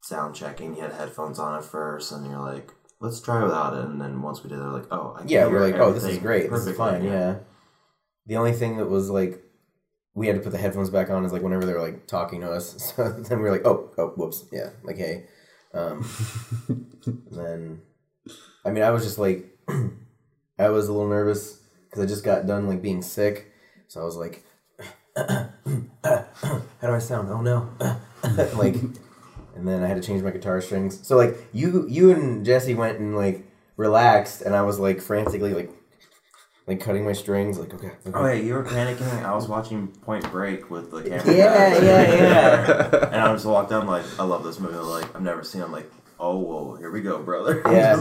Speaker 5: sound checking. You had headphones on at first, and you're like, let's try without it. And then once we did, they're like, oh, I can
Speaker 3: yeah,
Speaker 5: hear
Speaker 3: we're like, oh, this is
Speaker 5: everything
Speaker 3: great. This is
Speaker 5: perfectly."
Speaker 3: fine. Yeah. The only thing that was like, we had to put the headphones back on is like whenever they were like talking to us. So then we were like, oh, oh, whoops, yeah, like hey, um, and then, I mean, I was just like, I was a little nervous because I just got done like being sick, so I was like, how do I sound? Oh no. like, and then I had to change my guitar strings. So like you you and Jesse went and like relaxed, and I was like frantically like like cutting my strings. Like okay, okay.
Speaker 5: Oh wait, you were panicking. I was watching Point Break with the camera.
Speaker 3: Yeah,
Speaker 5: guy.
Speaker 3: yeah, yeah.
Speaker 5: and I just walked down like, I love this movie. Like I've never seen. it. I'm like, oh whoa, here we go, brother.
Speaker 3: yeah.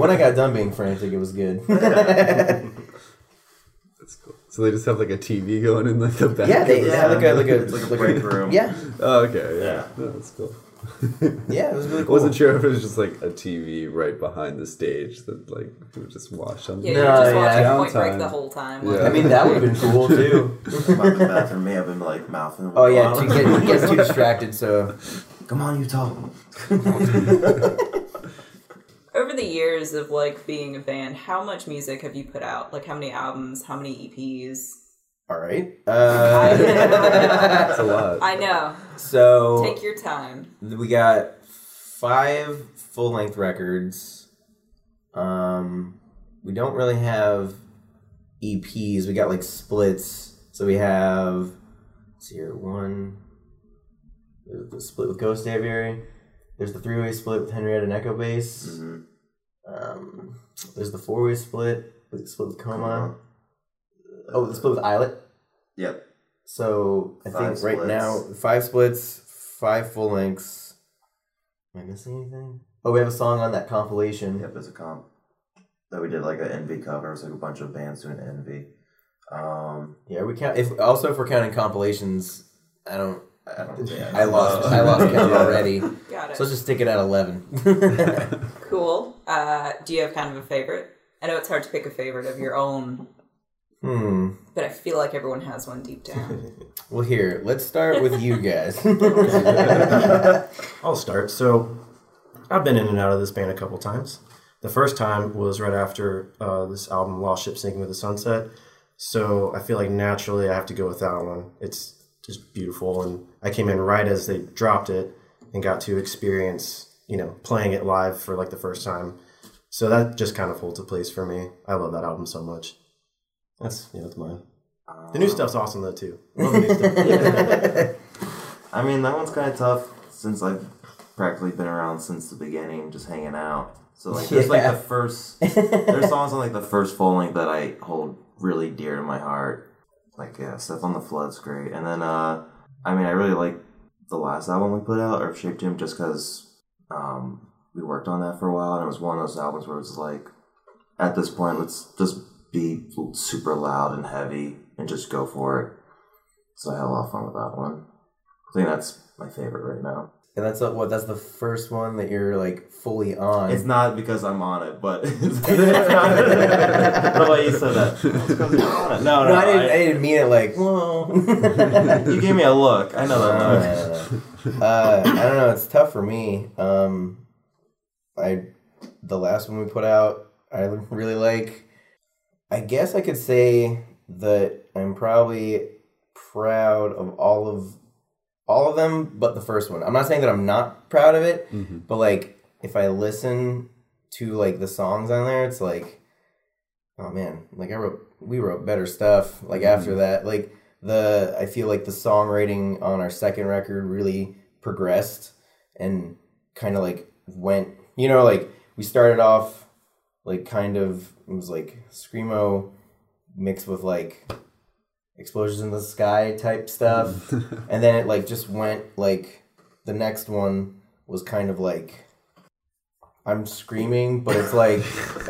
Speaker 3: when I got done being frantic, it was good.
Speaker 1: That's cool. So they just have like a TV going in like the back.
Speaker 3: Yeah, they-
Speaker 1: of the-
Speaker 3: yeah, like a- like a-
Speaker 5: It's like a
Speaker 3: like a-
Speaker 5: break room.
Speaker 3: yeah,
Speaker 1: Oh, okay. Yeah.
Speaker 5: Yeah.
Speaker 1: No, that's cool.
Speaker 3: yeah, it was really
Speaker 1: I
Speaker 3: cool.
Speaker 1: wasn't sure if it was just like a TV right behind the stage that like we would just watch on.
Speaker 2: Yeah,
Speaker 1: the
Speaker 2: you're just
Speaker 3: No,
Speaker 2: watching
Speaker 1: yeah.
Speaker 2: Point Break the
Speaker 1: Downtime.
Speaker 2: whole time.
Speaker 1: Yeah.
Speaker 3: I mean, that would have been cool too.
Speaker 5: If I'm in the bathroom, may have been like mouthing.
Speaker 3: Oh yeah, she get, he gets too distracted, so
Speaker 5: Come on, you talk.
Speaker 2: Over the years of like being a band, how much music have you put out? Like how many albums? How many E EPs?
Speaker 3: all right. Uh,
Speaker 1: That's a lot.
Speaker 2: I know.
Speaker 3: so
Speaker 2: Take your time.
Speaker 3: we got five full length records. Um, we don't really have EPs. We got like splits. So we have let's see here one. There's the split with Ghost Aviary. There's the three way split with Henrietta and Echo Bass.
Speaker 5: Mhm.
Speaker 3: Um, there's the four way split. The split with Coma.
Speaker 5: Coma.
Speaker 3: Oh, the split with Islet.
Speaker 5: Yep.
Speaker 3: So I
Speaker 5: Five
Speaker 3: think right now five splits, five full lengths. Am I missing anything? Oh, we have a song on that compilation.
Speaker 5: Yep, as a comp. That we did like an envy cover. It was like a bunch of bands doing envy. Um,
Speaker 3: Yeah, we count. If also if we're counting compilations, I don't. I, don't,
Speaker 5: Yeah.
Speaker 3: I lost. I lost count
Speaker 5: Yeah.
Speaker 3: already.
Speaker 2: Got it.
Speaker 3: So let's just stick it at eleven.
Speaker 2: cool. Uh, do you have kind of a favorite? I know it's hard to pick a favorite of your own,
Speaker 3: hmm.
Speaker 2: but I feel like everyone has one deep down.
Speaker 3: Well, here let's start with you guys.
Speaker 4: I'll start. So, I've been in and out of this band a couple times. The first time was right after uh, this album, Lost Ship Sinking with the Sunset. So, I feel like naturally I have to go with that one. It's just beautiful. And I came in right as they dropped it and got to experience, you know, playing it live for like the first time. So, that just kind of holds a place for me. I love that album so much. That's, you know, that's mine. The new stuff's awesome, though, too. Love the new stuff.
Speaker 5: I mean, that one's kind of tough since I've practically been around since the beginning, just hanging out. So like, there's like
Speaker 3: Yeah.
Speaker 5: the first. There's songs on like the first full length that I hold really dear to my heart. Like yeah, stuff on the flood's great, and then uh, I mean, I really like the last album we put out, Earth Shape Doom, just because um, we worked on that for a while, and it was one of those albums where it's like, at this point, let's just be super loud and heavy and just go for it. So I had a lot of fun with that one. I think that's my favorite right now.
Speaker 3: and that's what that's the first one that you're like fully on.
Speaker 5: It's not because I'm on it, but it's not. the way you said that. It's 'cause you're on it. No, no,
Speaker 3: no, I didn't. I didn't mean it like whoa.
Speaker 5: you gave me a look. I know
Speaker 3: No,
Speaker 5: that.
Speaker 3: no, no, no. Uh, I don't know. It's tough for me. Um, I the last one we put out, I really like. I guess I could say that I'm probably proud of all of all of them, but the first one. I'm not saying that I'm not proud of it, but like if I listen to like the songs on there, it's like, oh man, like I wrote, we wrote better stuff. Like after that, like the I feel like the songwriting on our second record really progressed and kind of like went, you know, like we started off like kind of it was like screamo mixed with like explosions in the sky type stuff and then it like just went like the next one was kind of like I'm screaming but it's like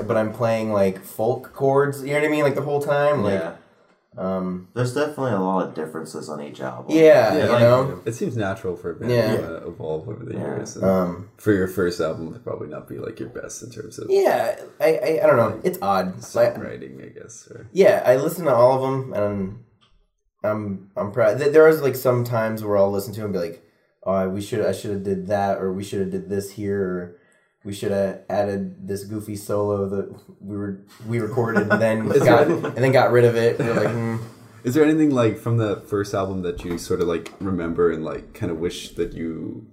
Speaker 3: but I'm playing like folk chords you know what I mean like the whole time like
Speaker 5: yeah,
Speaker 3: um
Speaker 5: there's definitely a lot of differences on each album.
Speaker 3: yeah,
Speaker 1: Yeah,
Speaker 3: you
Speaker 1: like-
Speaker 3: know
Speaker 1: It seems natural for a band
Speaker 3: Yeah.
Speaker 1: to uh, evolve over the
Speaker 5: Yeah.
Speaker 1: years. and
Speaker 3: um
Speaker 1: for your first album, would probably not be like your best in terms of
Speaker 3: yeah I I, I don't know it's odd like,
Speaker 1: songwriting, I guess. Or,
Speaker 3: Yeah, I listen to all of them, and I'm I'm proud. th- There is like some times where I'll listen to 'em and be like, "Oh, we should I should have did that, or we should have did this here, or we should have added this goofy solo that we were we recorded and then
Speaker 1: Is
Speaker 3: got
Speaker 1: that-
Speaker 3: and then got rid of it." We're like, hmm.
Speaker 1: is there anything like from the first album that you sort of like remember and like kind of wish that you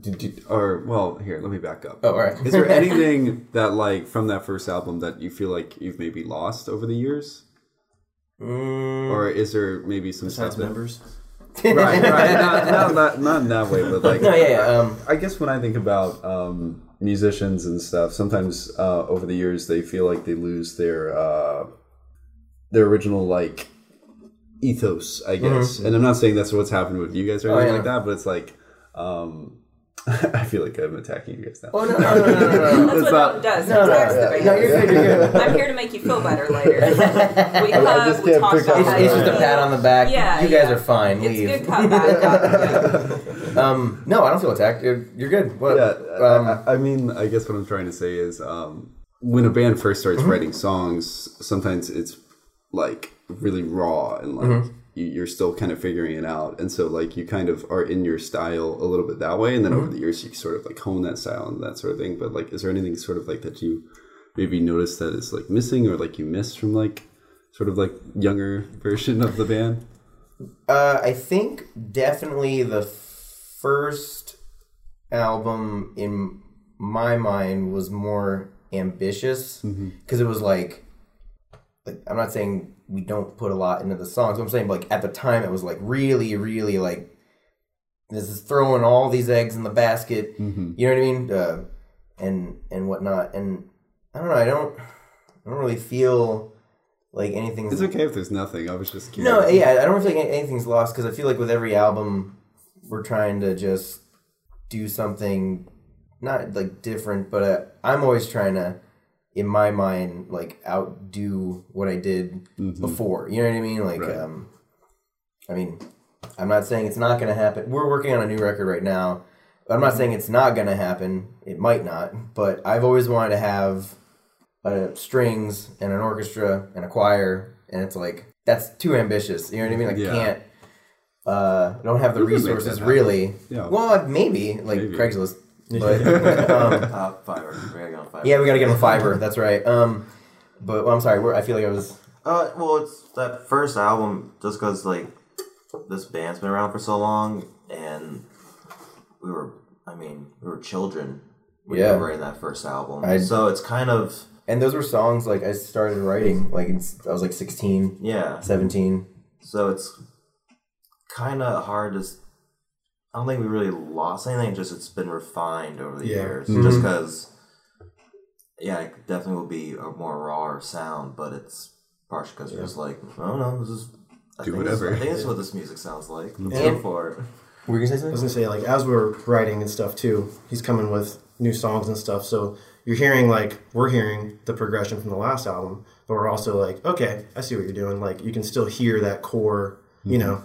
Speaker 1: did? You, or well, here, let me back up.
Speaker 3: "Oh, all right."
Speaker 1: Is there anything that like from that first album that you feel like you've maybe lost over the years,
Speaker 3: Mm,
Speaker 1: or is there maybe some
Speaker 4: Besides
Speaker 1: stuff that-
Speaker 4: members.
Speaker 1: right, right. Not, not, not, not in that way, but like,
Speaker 3: No, yeah, yeah. Um,
Speaker 1: I guess when I think about um, musicians and stuff, sometimes uh, over the years they feel like they lose their uh, their original like ethos, I guess. And I'm not saying that's what's happened with you guys or
Speaker 3: Mm-hmm. Oh,
Speaker 1: anything
Speaker 3: yeah.
Speaker 1: like that, but it's like um, I feel like I'm attacking you guys now.
Speaker 3: oh no, no, no, no, no, no.
Speaker 2: That's
Speaker 1: It's
Speaker 2: what
Speaker 1: not-
Speaker 2: Elton does.
Speaker 3: No,
Speaker 2: he
Speaker 3: no,
Speaker 2: attacks the
Speaker 3: yeah.
Speaker 2: band.
Speaker 3: No, you're good, you're good.
Speaker 2: I'm here to make you feel better later. we hug,
Speaker 1: just
Speaker 2: we
Speaker 1: can't
Speaker 2: talk
Speaker 1: pick
Speaker 2: about
Speaker 1: up
Speaker 3: It's,
Speaker 1: on
Speaker 2: it.
Speaker 3: it's just a pat on the back.
Speaker 2: Yeah,
Speaker 3: you guys
Speaker 2: yeah.
Speaker 3: are fine.
Speaker 2: It's
Speaker 3: Leave.
Speaker 2: good cop, bad cop.
Speaker 3: um, no, I don't feel attacked. You're, you're good. What?
Speaker 1: yeah,
Speaker 3: um,
Speaker 1: I- I, I mean, I guess what I'm trying to say is um, when a band first starts
Speaker 3: Mm-hmm.
Speaker 1: writing songs, sometimes it's like really raw and like
Speaker 3: Mm-hmm.
Speaker 1: you, you're still kind of figuring it out. And so, like, you kind of are in your style a little bit that way. And then
Speaker 3: Mm-hmm.
Speaker 1: over the years, you sort of like hone that style and that sort of thing. But, like, is there anything sort of like that you maybe notice that is like missing or like you miss from like sort of like younger version of the band?
Speaker 3: Uh, I think definitely the first album in my mind was more ambitious because it was like, like I'm not saying we don't put a lot into the songs. I'm saying like at the time it was like really, really like this is throwing all these eggs in the basket. You know what I mean? Uh, and and whatnot. And I don't know. I don't. I don't really feel like anything's
Speaker 1: It's okay if there's nothing. I was just curious.
Speaker 3: no, yeah, I don't feel like anything's lost because I feel like with every album, we're trying to just do something not like different, but uh, I'm always trying to, in my mind, like outdo what I did before. You know what I mean? Like,
Speaker 1: Right.
Speaker 3: um, I mean, I'm not saying it's not going to happen. We're working on a new record right now. I'm not saying it's not going to happen. It might not, but I've always wanted to have uh, strings and an orchestra and a choir, and it's like that's too ambitious. You know what I mean? Like
Speaker 1: Yeah.
Speaker 3: can't. Uh, don't have the
Speaker 1: You can make that
Speaker 3: resources
Speaker 1: happen.
Speaker 3: really.
Speaker 1: Yeah.
Speaker 3: Well, uh, maybe like
Speaker 1: Maybe.
Speaker 3: Craigslist, but um,
Speaker 5: Top fiber. We gotta get on fiber.
Speaker 3: yeah, we gotta get on fiber. That's right. Um, but well, I'm sorry. We're, I feel like I was.
Speaker 5: Uh, well, it's that first album just because like this band's been around for so long, and we were, I mean, we were children. when
Speaker 3: Yeah.
Speaker 5: we were in that first album,
Speaker 3: I-
Speaker 5: so it's kind of
Speaker 3: And those were songs like I started writing like in, I was like 16,
Speaker 5: yeah.
Speaker 3: 17.
Speaker 5: So it's kind of hard to. s- I don't think we really lost anything. Just it's been refined over the
Speaker 4: Yeah.
Speaker 5: years, just because. Yeah, it definitely will be a more raw sound, but it's partially because it's like I don't know. This is I
Speaker 1: Do
Speaker 5: think this-
Speaker 1: whatever.
Speaker 5: I think that's what this music sounds like. Let's
Speaker 3: Yeah.
Speaker 5: go for it.
Speaker 3: Were you gonna say
Speaker 4: I
Speaker 3: something?
Speaker 4: was gonna say, like, as we're writing and stuff too, he's coming with new songs and stuff. So you're hearing, like, we're hearing the progression from the last album, but we're also like, okay, I see what you're doing. Like, you can still hear that core, you
Speaker 3: Mm-hmm.
Speaker 4: know,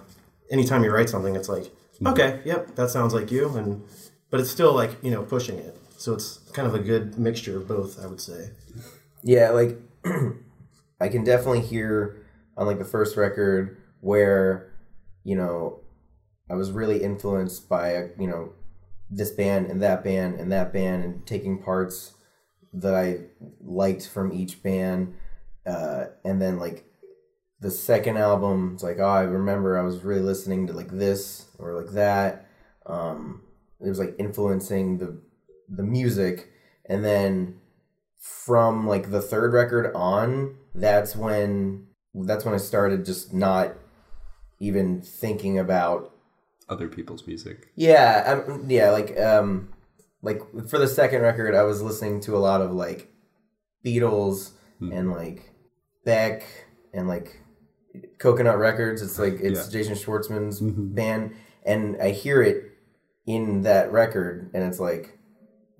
Speaker 4: anytime you write something, it's like, okay, yep, that sounds like you. And, but it's still like, you know, pushing it. So it's kind of a good mixture of both, I would say.
Speaker 3: Yeah, like I can definitely hear on like the first record where you know I was really influenced by you know this band and that band and that band and taking parts that I liked from each band, uh, and then like the second album, it's like oh I remember I was really listening to like this or like that. Um, it was like influencing the the music, and then from like the third record on, that's when that's when I started just not even thinking about
Speaker 1: Other people's music.
Speaker 3: yeah, I'm, yeah, like um like for the second record I was listening to a lot of like Beatles and like Beck and like Coconut Records. It's like it's Jason Schwartzman's band and I hear it in that record and it's like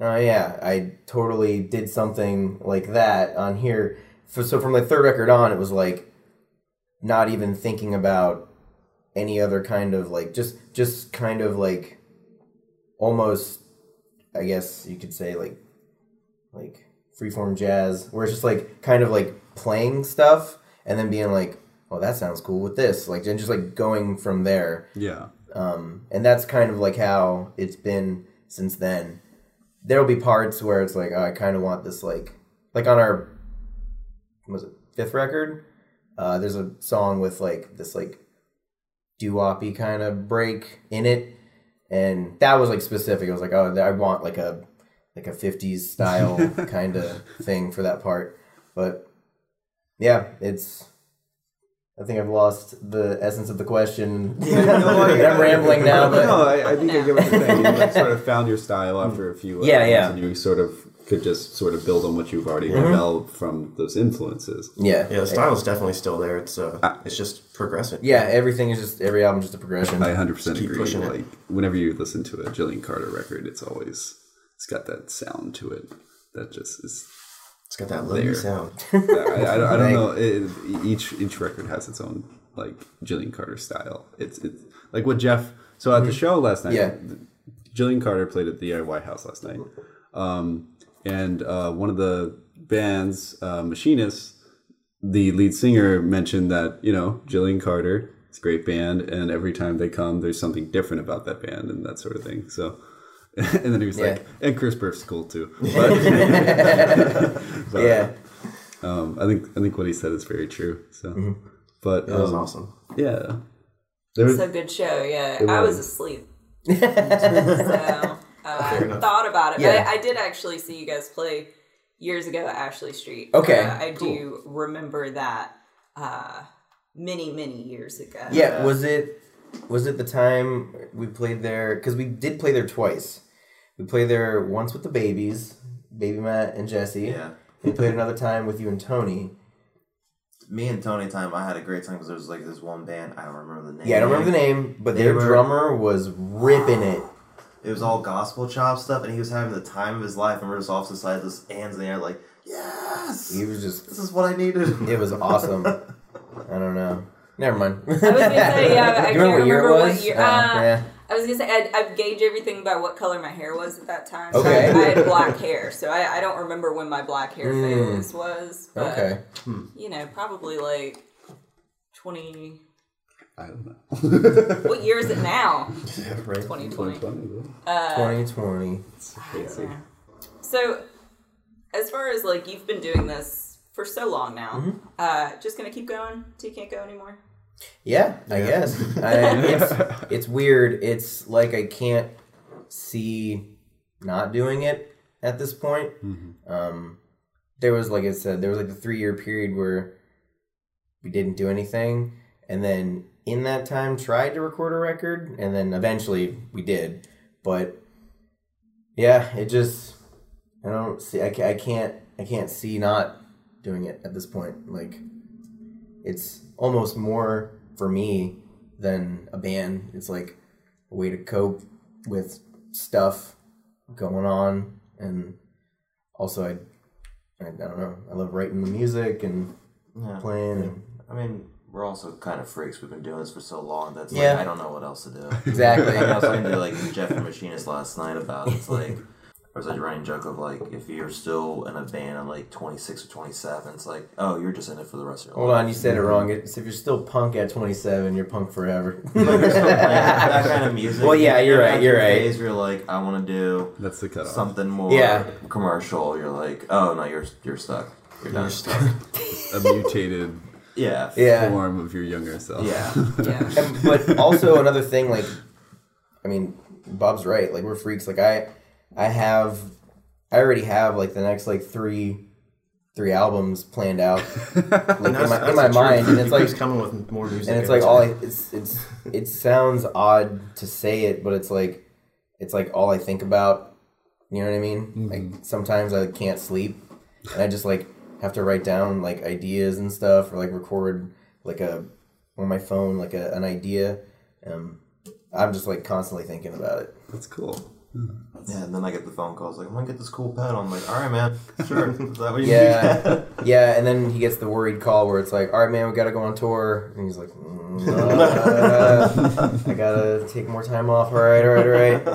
Speaker 3: oh yeah, I totally did something like that on here. So so from the third record on it was like not even thinking about any other kind of like just just kind of like almost I guess you could say like like freeform jazz where it's just like kind of like playing stuff and then being like oh that sounds cool with this like and just like going from there
Speaker 1: Yeah.
Speaker 3: um, and that's kind of like how it's been since then. There'll be parts where it's like oh, I kind of want this like like on our what was it fifth record? Uh, there's a song with like this like doo-woppy kind of break in it, and that was like specific. I was like oh I want like a like a '50s style kind of thing for that part, but yeah, it's I think I've lost the essence of the question.
Speaker 1: no, I-
Speaker 3: I'm rambling now, but Mm-hmm.
Speaker 1: no, I, I think I get what you're saying. You like, sort of found your style after a few.
Speaker 3: Yeah,
Speaker 1: albums,
Speaker 3: yeah. Mm-hmm.
Speaker 1: And you sort of could just sort of build on what you've already developed from those influences.
Speaker 3: yeah,
Speaker 4: Yeah, the style is definitely still there. It's
Speaker 3: Ah.
Speaker 4: uh, it's just progressing.
Speaker 3: Yeah, everything is just every album just a progression.
Speaker 1: I 100%
Speaker 4: keep
Speaker 1: agree.
Speaker 4: pushing it.
Speaker 1: Like whenever you listen to a Jillian Carter record, it's always it's got that sound to it that just is.
Speaker 4: it's got that lovely
Speaker 1: There.
Speaker 4: sound.
Speaker 1: I, I, I don't, I don't know. It, each each record has its own like Jillian Carter style. It's it's like what Jeff. So at the show last night,
Speaker 3: Yeah.
Speaker 1: Jillian Carter played at the DIY House last night, um, and uh, one of the band's uh, machinists, the lead singer, mentioned that you know Jillian Carter. It's a great band, and every time they come, there's something different about that band and that sort of thing. So, and then he was like, "And Chris Burff's cool too." But, but,
Speaker 5: Uh,
Speaker 3: yeah,
Speaker 1: um, I think I think what he said is very true. So, but
Speaker 4: That was
Speaker 1: um,
Speaker 4: awesome.
Speaker 1: yeah, there was,
Speaker 2: It's a good show, yeah. I was asleep. so uh, I thought about it.
Speaker 3: Yeah.
Speaker 2: But I, I did actually see you guys play years ago at Ashley Street.
Speaker 3: Okay,
Speaker 2: Uh, I do remember that uh, many, many years ago.
Speaker 3: yeah. Was it was it the time we played there? Because we did play there twice. We played there once with the babies, baby Matt and Jesse.
Speaker 5: Yeah.
Speaker 3: We played another time with you and Tony.
Speaker 5: Me and Tony time, I had a great time because there was like this one band. I don't remember the name.
Speaker 3: Yeah, I don't remember the name, but
Speaker 5: They
Speaker 3: their
Speaker 5: were-
Speaker 3: drummer was ripping it.
Speaker 5: It was all gospel chop stuff, and he was having the time of his life, and we're just off to the side, just hands in the air, like, yes,
Speaker 3: He was just
Speaker 5: this is what I needed.
Speaker 3: It was awesome. I don't know. Never mind. I was
Speaker 2: I was gonna say, yeah, I can't remember what year-
Speaker 3: Oh,
Speaker 2: uh,
Speaker 3: yeah.
Speaker 2: I was gonna say I, I gauge everything by what color my hair was at that time.
Speaker 3: Okay.
Speaker 2: So I, I had black hair, so I, I don't remember when my black hair phase was. But,
Speaker 3: Okay.
Speaker 2: You know, probably like twenty.
Speaker 1: I don't know.
Speaker 2: What year is it now?
Speaker 4: Yeah, right.
Speaker 2: Twenty twenty. uh,
Speaker 3: 2020.
Speaker 1: Crazy.
Speaker 2: So, as far as like you've been doing this for so long now, uh, just gonna keep going till you can't go anymore.
Speaker 3: Yeah, I guess. I, it's, it's weird. It's like I can't see not doing it at this point. Um, there was, like I said, there was like a three year period where we didn't do anything. And then in that time, tried to record a record. And then eventually we did. But yeah, it just, I don't see, I, ca- I can't, I can't see not doing it at this point. Like, it's almost more for me than a band. It's like a way to cope with stuff going on, and also I, I, I don't know. I love writing the music and
Speaker 5: Yeah.
Speaker 3: playing. And,
Speaker 5: I mean, we're also kind of freaks. We've been doing this for so long that's
Speaker 3: Yeah.
Speaker 5: like, I don't know what else to do.
Speaker 3: exactly.
Speaker 5: I was talking to like Jeff and Machinist last night about it's like or was like a running joke of like if you're still in a band at like 26 or 27, it's like oh you're just in it for the rest of your
Speaker 3: Hold
Speaker 5: life.
Speaker 3: on, you said it wrong. It's, if you're still punk at 27, you're punk forever.
Speaker 5: Yeah, that kind of music.
Speaker 3: Well, yeah, you're
Speaker 5: You're
Speaker 3: right,
Speaker 5: at
Speaker 3: you're
Speaker 5: your
Speaker 3: right.
Speaker 5: Phase where you're like I want to do
Speaker 1: That's the cutoff.
Speaker 5: something more
Speaker 3: Yeah.
Speaker 5: commercial. You're like oh no you're you're stuck. You're done.
Speaker 1: a mutated
Speaker 5: yeah.
Speaker 3: yeah.
Speaker 1: form of your younger self.
Speaker 5: Yeah.
Speaker 2: Yeah.
Speaker 3: And- but also another thing, like, I mean, Bob's right. Like, we're freaks. Like, I, I have, I already have like the next like three, three albums planned out, like in
Speaker 4: That's-
Speaker 3: my, in
Speaker 4: that's
Speaker 3: my
Speaker 4: the truth.
Speaker 3: mind, and it's
Speaker 4: He
Speaker 3: like,
Speaker 4: keeps coming with more music,
Speaker 3: and it's
Speaker 4: every
Speaker 3: like all I,
Speaker 4: time.
Speaker 3: it's it's it sounds odd to say it, but it's like, it's like all I think about. You know what I mean? Like sometimes I can't sleep, and I just like have to write down like ideas and stuff, or like record like a on my phone like a, an idea. Um, I'm just like constantly thinking about it.
Speaker 1: That's cool.
Speaker 5: Yeah, and then I get the phone calls like, I'm gonna get this cool pedal. I'm like, all right, man, sure. Is that what you
Speaker 3: Yeah, yeah, and then he gets the worried call where it's like, "All right, man, we gotta go on tour," and he's like, "Mm, uh, "I gotta take more time off." All right, all right, all right.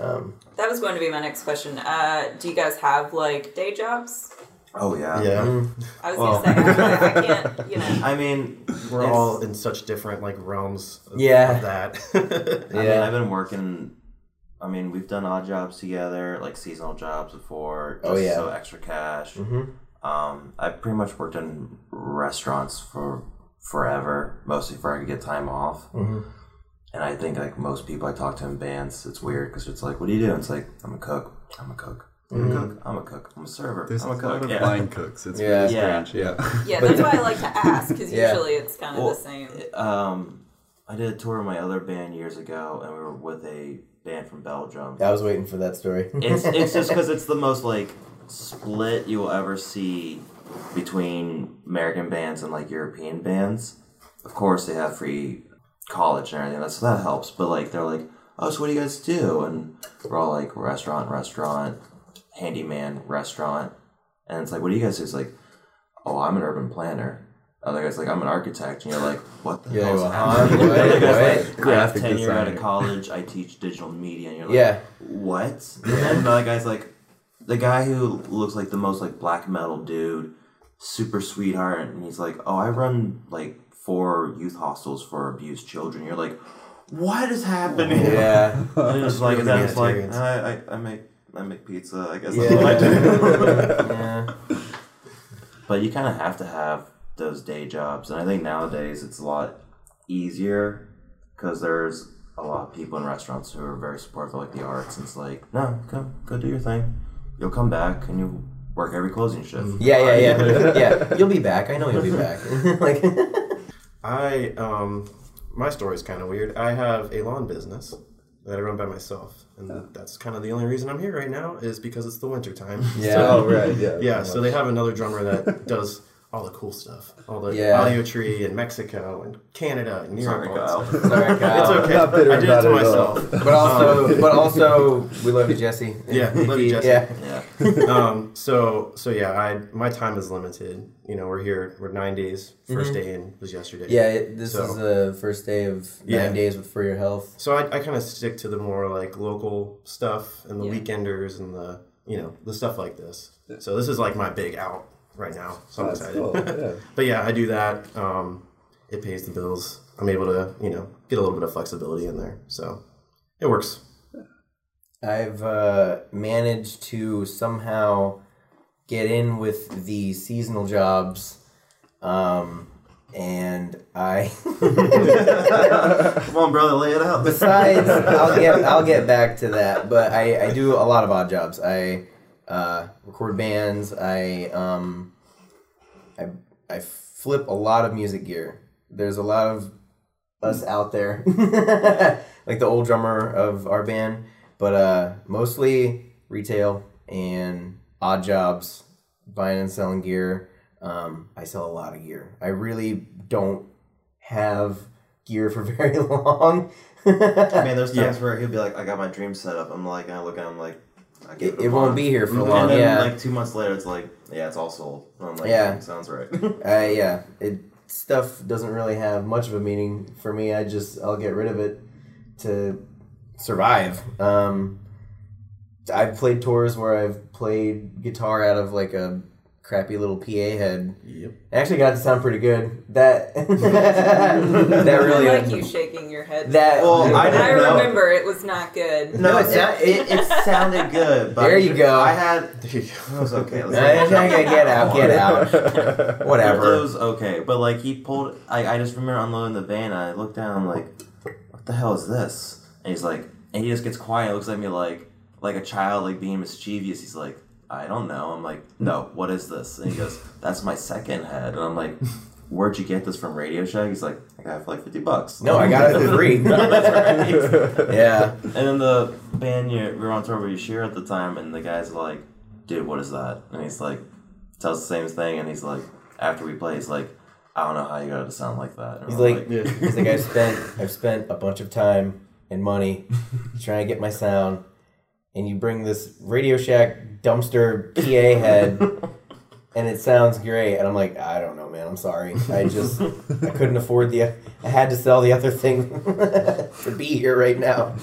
Speaker 3: Um,
Speaker 2: That was going to be my next question. Uh, do you guys have like day jobs?
Speaker 5: Oh yeah.
Speaker 4: yeah,
Speaker 1: Mm.
Speaker 2: I was
Speaker 5: Well.
Speaker 2: gonna say I, I can't. You know.
Speaker 5: I mean,
Speaker 4: we're
Speaker 5: it's-
Speaker 4: all in such different like realms. Of,
Speaker 3: Yeah.
Speaker 4: of that.
Speaker 5: I mean,
Speaker 3: Yeah.
Speaker 5: I've been working. I mean, we've done odd jobs together, like seasonal jobs before.
Speaker 3: Oh,
Speaker 5: just
Speaker 3: yeah.
Speaker 5: So extra cash.
Speaker 3: Mhm.
Speaker 5: Um, I pretty much worked in restaurants for forever, mostly for I could get time off.
Speaker 3: Mhm.
Speaker 5: And I think like most people I talk to in bands, it's weird because it's like, what do you do? And it's like, I'm a cook. I'm a cook.
Speaker 3: Mm-hmm.
Speaker 5: I'm a cook. I'm a cook. I'm a server.
Speaker 1: There's
Speaker 5: I'm a
Speaker 1: a lot
Speaker 5: cook.
Speaker 1: of
Speaker 5: Yeah.
Speaker 1: line cooks. It's
Speaker 3: Yeah.
Speaker 1: really
Speaker 5: Yeah.
Speaker 1: strange. Yeah.
Speaker 2: Yeah, that's why I like to ask because
Speaker 3: Yeah.
Speaker 2: usually it's kind of
Speaker 5: Well,
Speaker 2: the same.
Speaker 5: Um, I did a tour of my other band years ago, and we were with a band from Belgium.
Speaker 3: I was waiting for that story.
Speaker 5: It's it's just because it's the most like split you will ever see between American bands and like European bands. Of course, they have free college and everything, so that helps. But like, they're like, "Oh, so what do you guys do?" And we're all like, "Restaurant, restaurant, handyman, restaurant." And it's like, "What do you guys do?" It's like, "Oh, I'm an urban planner." Other guy's like, "I'm an architect," and you're like, "What the
Speaker 3: Yeah,
Speaker 5: hell's
Speaker 3: well,
Speaker 5: happening?"
Speaker 3: I'm-
Speaker 5: Other guy's like, "I have
Speaker 1: Graphic
Speaker 5: tenure out
Speaker 1: designer.
Speaker 5: of college. I teach digital media," and you're like,
Speaker 3: Yeah.
Speaker 5: what? And then another guy's like, the guy who looks like the most like black metal dude, super sweetheart, and he's like, oh, I run like four youth hostels for abused children. You're like, what is happening?
Speaker 3: Yeah.
Speaker 5: And it's like, and then it's like,
Speaker 4: Humanitarians.
Speaker 5: I, I, I make, I make pizza. I guess that's what I do.
Speaker 3: yeah.
Speaker 5: but you kind of have to have those day jobs, and I think nowadays it's a lot easier because there's a lot of people in restaurants who are very supportive of like the arts, and it's like, no, go go do your thing. You'll come back and you'll work every closing shift.
Speaker 3: Yeah, yeah, yeah. Yeah. You'll be back. I know you'll be back. like
Speaker 4: I um, my story's kind of weird. I have a lawn business that I run by myself, and
Speaker 1: Oh.
Speaker 4: that's kind of the only reason I'm here right now is because it's the winter time.
Speaker 3: Yeah.
Speaker 1: Oh right. Yeah.
Speaker 4: yeah. So they have another drummer that does all the cool stuff, all the
Speaker 3: Yeah.
Speaker 4: audio tree in Mexico and Canada and Europe.
Speaker 5: Sorry,
Speaker 4: all that stuff.
Speaker 5: Kyle.
Speaker 3: Sorry,
Speaker 4: It's
Speaker 3: Kyle.
Speaker 4: okay.
Speaker 1: not bitter
Speaker 4: I did it
Speaker 1: about
Speaker 4: to
Speaker 1: it at all.
Speaker 4: myself.
Speaker 3: But also but also we love you, Jesse.
Speaker 4: Yeah, love you, Jesse.
Speaker 3: Yeah.
Speaker 5: Yeah.
Speaker 4: um, so so yeah, I my time is limited. You know, we're here. We're nine days. 1st day in was yesterday.
Speaker 3: Yeah, it, this
Speaker 4: So-
Speaker 3: is the first day of nine
Speaker 4: Yeah.
Speaker 3: days with For Your Health.
Speaker 4: So I, I kind of stick to the more like local stuff and the
Speaker 2: Yeah.
Speaker 4: weekenders and the you know the stuff like this. So this is like my big out right now. So I'm
Speaker 1: That's
Speaker 4: excited.
Speaker 1: cool. Yeah.
Speaker 4: But yeah, I do that. Um, it pays the bills. I'm able to you know get a little bit of flexibility in there. So it works.
Speaker 3: I've uh, managed to somehow get in with the seasonal jobs, um, and I.
Speaker 5: Come on, brother, lay it out.
Speaker 3: Besides, I'll get I'll get back to that, but I, I do a lot of odd jobs. I uh, record bands. I um, I I flip a lot of music gear. There's a lot of us out there, like the old drummer of our band, but uh, mostly retail and odd jobs, buying and selling gear. Um, I sell a lot of gear. I really don't have gear for very long.
Speaker 5: I
Speaker 3: it
Speaker 5: mean, there's times where he'll be like, I got my dream set up. I'm like, I look at him like, I give it,
Speaker 3: it
Speaker 5: a month.
Speaker 3: won't be here for
Speaker 5: And
Speaker 3: long.
Speaker 5: then
Speaker 3: Yeah,
Speaker 5: like two months later, it's like, yeah, it's all sold. And I'm like,
Speaker 3: Yeah.
Speaker 5: yeah, sounds right.
Speaker 3: uh, yeah. It stuff doesn't really have much of a meaning for me. I just I'll get rid of it to survive. Um, I've played tours where I've played guitar out of like a crappy little PA head.
Speaker 4: Yep.
Speaker 3: It actually got to sound pretty good. That that really
Speaker 2: I like you shaking your head.
Speaker 3: that
Speaker 5: Well, I didn't
Speaker 2: I
Speaker 5: know.
Speaker 2: remember it was not good.
Speaker 5: No,
Speaker 3: it's
Speaker 5: it's
Speaker 3: not-
Speaker 5: not, it, it sounded good. But
Speaker 3: There you go.
Speaker 5: I had. It was okay. It was
Speaker 3: Uh,
Speaker 5: okay.
Speaker 3: yeah, yeah, get out, get out.
Speaker 5: It
Speaker 3: Whatever.
Speaker 5: was okay, but like he pulled. I, I just remember unloading the van. and I looked down. I'm like, what the hell is this? And he's like, and he just gets quiet. Looks at me like like a child, like being mischievous. He's like, I don't know. I'm like, no, what is this? And he goes, that's my second head. And I'm like, where'd you get this from Radio Shack? He's like, I got it for like fifty bucks.
Speaker 3: No, I got it for free.
Speaker 5: That's right.
Speaker 3: Yeah.
Speaker 5: And then the band you, we were on tour with Yashir at the time, and the guy's like, "Dude, what is that?" And he's like, tells the same thing, and he's like, after we play, he's like, "I don't know how you got it to sound like that." And
Speaker 3: He's
Speaker 5: we're
Speaker 3: like, he's like, I've spent, I've spent a bunch of time and money trying to get my sound, and you bring this Radio Shack dumpster PA head, and it sounds great. And I'm like, I don't know, man. I'm sorry. I just, I couldn't afford the, I had to sell the other thing to be here right now.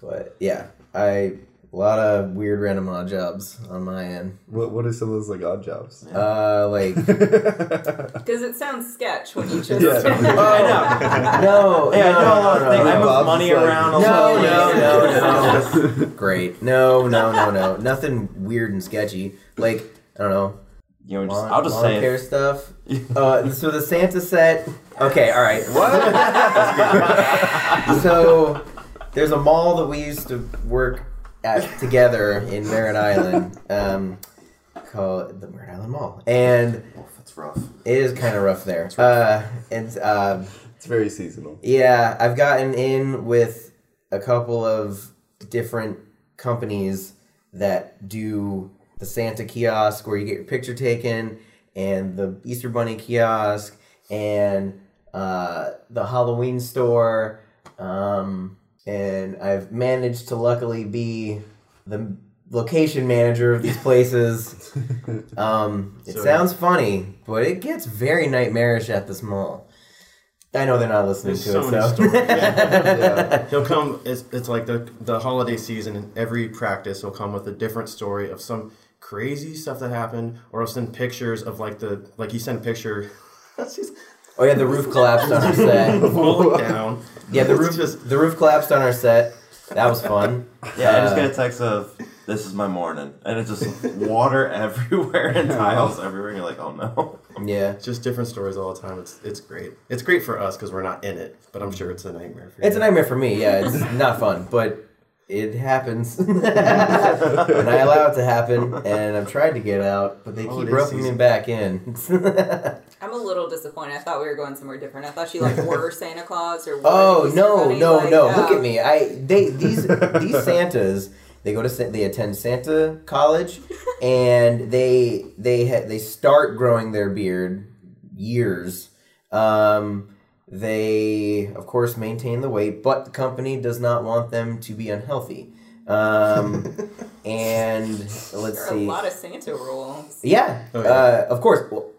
Speaker 3: But yeah, I a lot of weird random odd jobs on my end.
Speaker 1: What What are some of those like odd jobs?
Speaker 3: Uh, like
Speaker 2: Because it sounds sketch when you just.
Speaker 1: Yeah. Oh.
Speaker 5: I know.
Speaker 3: no,
Speaker 5: Yeah, I know a
Speaker 3: no,
Speaker 5: lot
Speaker 3: no,
Speaker 5: of
Speaker 3: no,
Speaker 5: things. I
Speaker 3: no.
Speaker 5: move
Speaker 1: Bob's
Speaker 5: money
Speaker 1: like-
Speaker 5: around a
Speaker 3: No,
Speaker 5: lot.
Speaker 3: no, no,
Speaker 5: no.
Speaker 3: Great. No, no, no, no. Nothing weird and sketchy. Like, I don't know.
Speaker 5: You know, just,
Speaker 3: lawn-
Speaker 5: I'll just
Speaker 3: lawn
Speaker 5: say
Speaker 3: care
Speaker 5: it.
Speaker 3: stuff. Uh, so the Santa set. Okay, all right. What? so there's a mall that we used to work at, together in Merritt Island, um, called the Merritt Island Mall, and
Speaker 5: Oof, that's rough.
Speaker 3: it is kind of rough there. Uh, and um,
Speaker 1: It's very seasonal.
Speaker 3: yeah, I've gotten in with a couple of different companies that do the Santa kiosk where you get your picture taken, and the Easter Bunny kiosk, and uh, the Halloween store. Um, and I've managed to luckily be the location manager of these places. um, it sounds funny, but it gets very nightmarish at this mall. I know they're not listening
Speaker 4: There's
Speaker 3: to
Speaker 4: so
Speaker 3: it,
Speaker 4: many
Speaker 3: so.
Speaker 4: stories.
Speaker 1: Yeah.
Speaker 4: He'll come. It's, it's like the the holiday season, and every practice he'll come with a different story of some crazy stuff that happened, or he'll send pictures of like the like he sent a picture. That's just
Speaker 3: Oh yeah, the roof collapsed on our set.
Speaker 4: falling down.
Speaker 3: Yeah, the
Speaker 4: It's
Speaker 3: roof
Speaker 4: just
Speaker 3: the roof collapsed on our set. That was fun.
Speaker 5: Yeah, I just
Speaker 3: Uh,
Speaker 5: get a text of "This is my morning," and it's just water everywhere and tiles everywhere. And you're like, "Oh no!"
Speaker 3: Yeah,
Speaker 4: just different stories all the time. It's it's great. It's great for us because we're not in it, but I'm sure it's a nightmare for you.
Speaker 3: it's a nightmare for me. Yeah, it's not fun, but it happens, and I allow it to happen. And I've tried to get out, but they keep
Speaker 4: Holiday
Speaker 3: roping me
Speaker 4: season.
Speaker 3: back in.
Speaker 2: I'm a little disappointed. I thought we were going somewhere different. I thought you like were Santa Claus or were
Speaker 3: oh
Speaker 2: Easter
Speaker 3: no,
Speaker 2: Bunny,
Speaker 3: no,
Speaker 2: like,
Speaker 3: no!
Speaker 2: uh,
Speaker 3: Look at me. I they these these Santas. They go to Sa- they attend Santa college, and they they ha- they start growing their beard years. Um, they of course maintain the weight, but the company does not want them to be unhealthy. Um, and
Speaker 2: There
Speaker 3: let's
Speaker 2: are a
Speaker 3: see.
Speaker 2: lot of Santa rules.
Speaker 3: Yeah,
Speaker 4: Oh, yeah.
Speaker 3: Uh, of course. Well,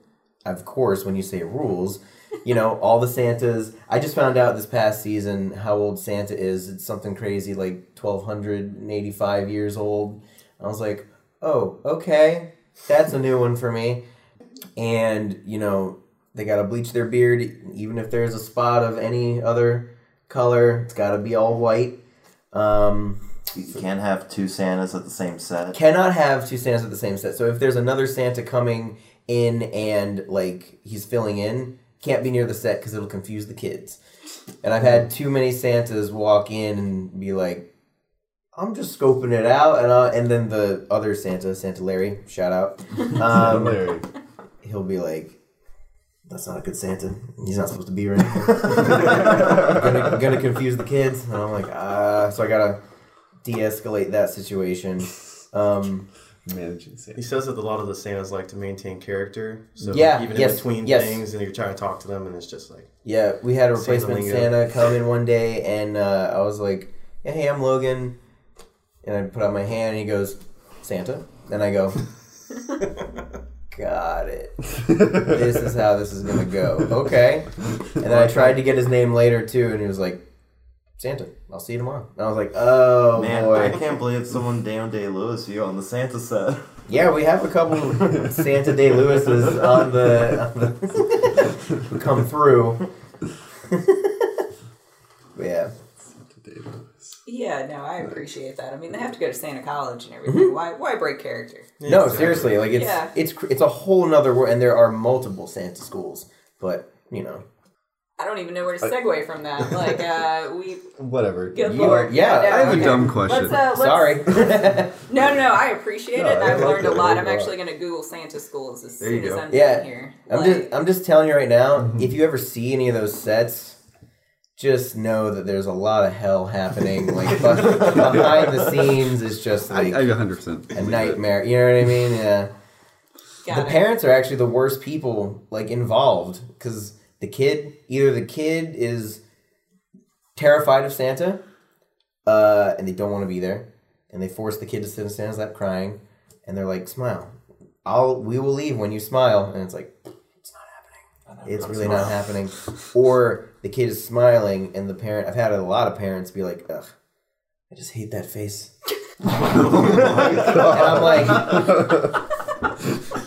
Speaker 3: of course, when you say rules, you know all the Santas. I just found out this past season how old Santa is. It's something crazy, like twelve hundred and eighty-five years old. I was like, oh, okay, that's a new one for me. And you know they gotta bleach their beard, even if there's a spot of any other color. It's gotta be all white. Um,
Speaker 5: You can't have two Santas at the same set.
Speaker 3: cannot have two Santas at the same set. So if there's another Santa coming in and like he's filling in, can't be near the set because it'll confuse the kids. And I've had too many Santas walk in and be like, "I'm just scoping it out," and i and then the other Santa, Santa Larry, shout out, um,
Speaker 1: Larry.
Speaker 3: he'll be like. That's not a good Santa. He's not supposed to be here. anymore. gonna, gonna confuse the kids, and I'm like, ah. So I gotta de-escalate that situation. Um,
Speaker 1: Managing Santa.
Speaker 4: He says that a lot of the Santas like to maintain character. So
Speaker 3: Yeah,
Speaker 4: even
Speaker 3: yes,
Speaker 4: in between
Speaker 3: yes.
Speaker 4: things, and you're trying to talk to them, and it's just like
Speaker 3: Yeah, we had a
Speaker 4: Santa
Speaker 3: replacement
Speaker 4: lingo.
Speaker 3: Santa come in one day, and uh, I was like, yeah, "Hey, I'm Logan," and I put out my hand, and he goes, "Santa," and I go, "Got it. This is how this is gonna go." Okay, and then I tried to get his name later too, and he was like, "Santa, I'll see you tomorrow." And I was like, "Oh
Speaker 5: Man, I
Speaker 3: boy,
Speaker 5: can't believe someone down Day Lewis you on the Santa set.
Speaker 3: yeah, we have a couple Santa Day Lewis's on the, on the come through." yeah.
Speaker 2: Yeah, no, I appreciate that. I mean, they have to go to Santa College and
Speaker 3: Mm-hmm.
Speaker 2: everything. Why, why break character?
Speaker 3: No, seriously, like it's
Speaker 2: Yeah.
Speaker 3: it's cr- it's a whole nother world, and there are multiple Santa schools. But you know,
Speaker 2: I don't even know where to segue from that. Like, uh, we
Speaker 1: Whatever.
Speaker 2: good
Speaker 3: Uh, You
Speaker 2: lord.
Speaker 3: are- yeah,
Speaker 2: know,
Speaker 3: I
Speaker 1: have a dumb question.
Speaker 2: Let's, uh, let's-
Speaker 3: sorry.
Speaker 2: No, no, no. I appreciate
Speaker 1: No,
Speaker 2: it. and I've
Speaker 1: I like
Speaker 2: learned a
Speaker 1: that.
Speaker 2: lot.
Speaker 1: I
Speaker 2: I'm
Speaker 1: like
Speaker 2: actually going to Google Santa schools as
Speaker 1: uh, There you
Speaker 2: soon as
Speaker 1: go.
Speaker 2: I'm
Speaker 3: Yeah.
Speaker 2: done here.
Speaker 3: I'm
Speaker 2: Like,
Speaker 3: just uh, I'm just telling you right now.
Speaker 1: Mm-hmm.
Speaker 3: If you ever see any of those sets, just know that there's a lot of hell happening. Like fuck- behind the scenes is just
Speaker 1: I,
Speaker 3: like
Speaker 1: I
Speaker 3: a
Speaker 1: 100% believe it.
Speaker 3: nightmare. You know what I mean? Yeah.
Speaker 2: got
Speaker 3: the
Speaker 2: it.
Speaker 3: parents are actually the worst people like involved because the kid either the kid is terrified of santa uh, and they don't want to be there and they force the kid to sit in santa's lap crying and they're like smile i'll we will leave when you smile and it's like it's really not happening or the kid is smiling and the parent i've had a lot of parents be like ugh i just hate that face and i'm like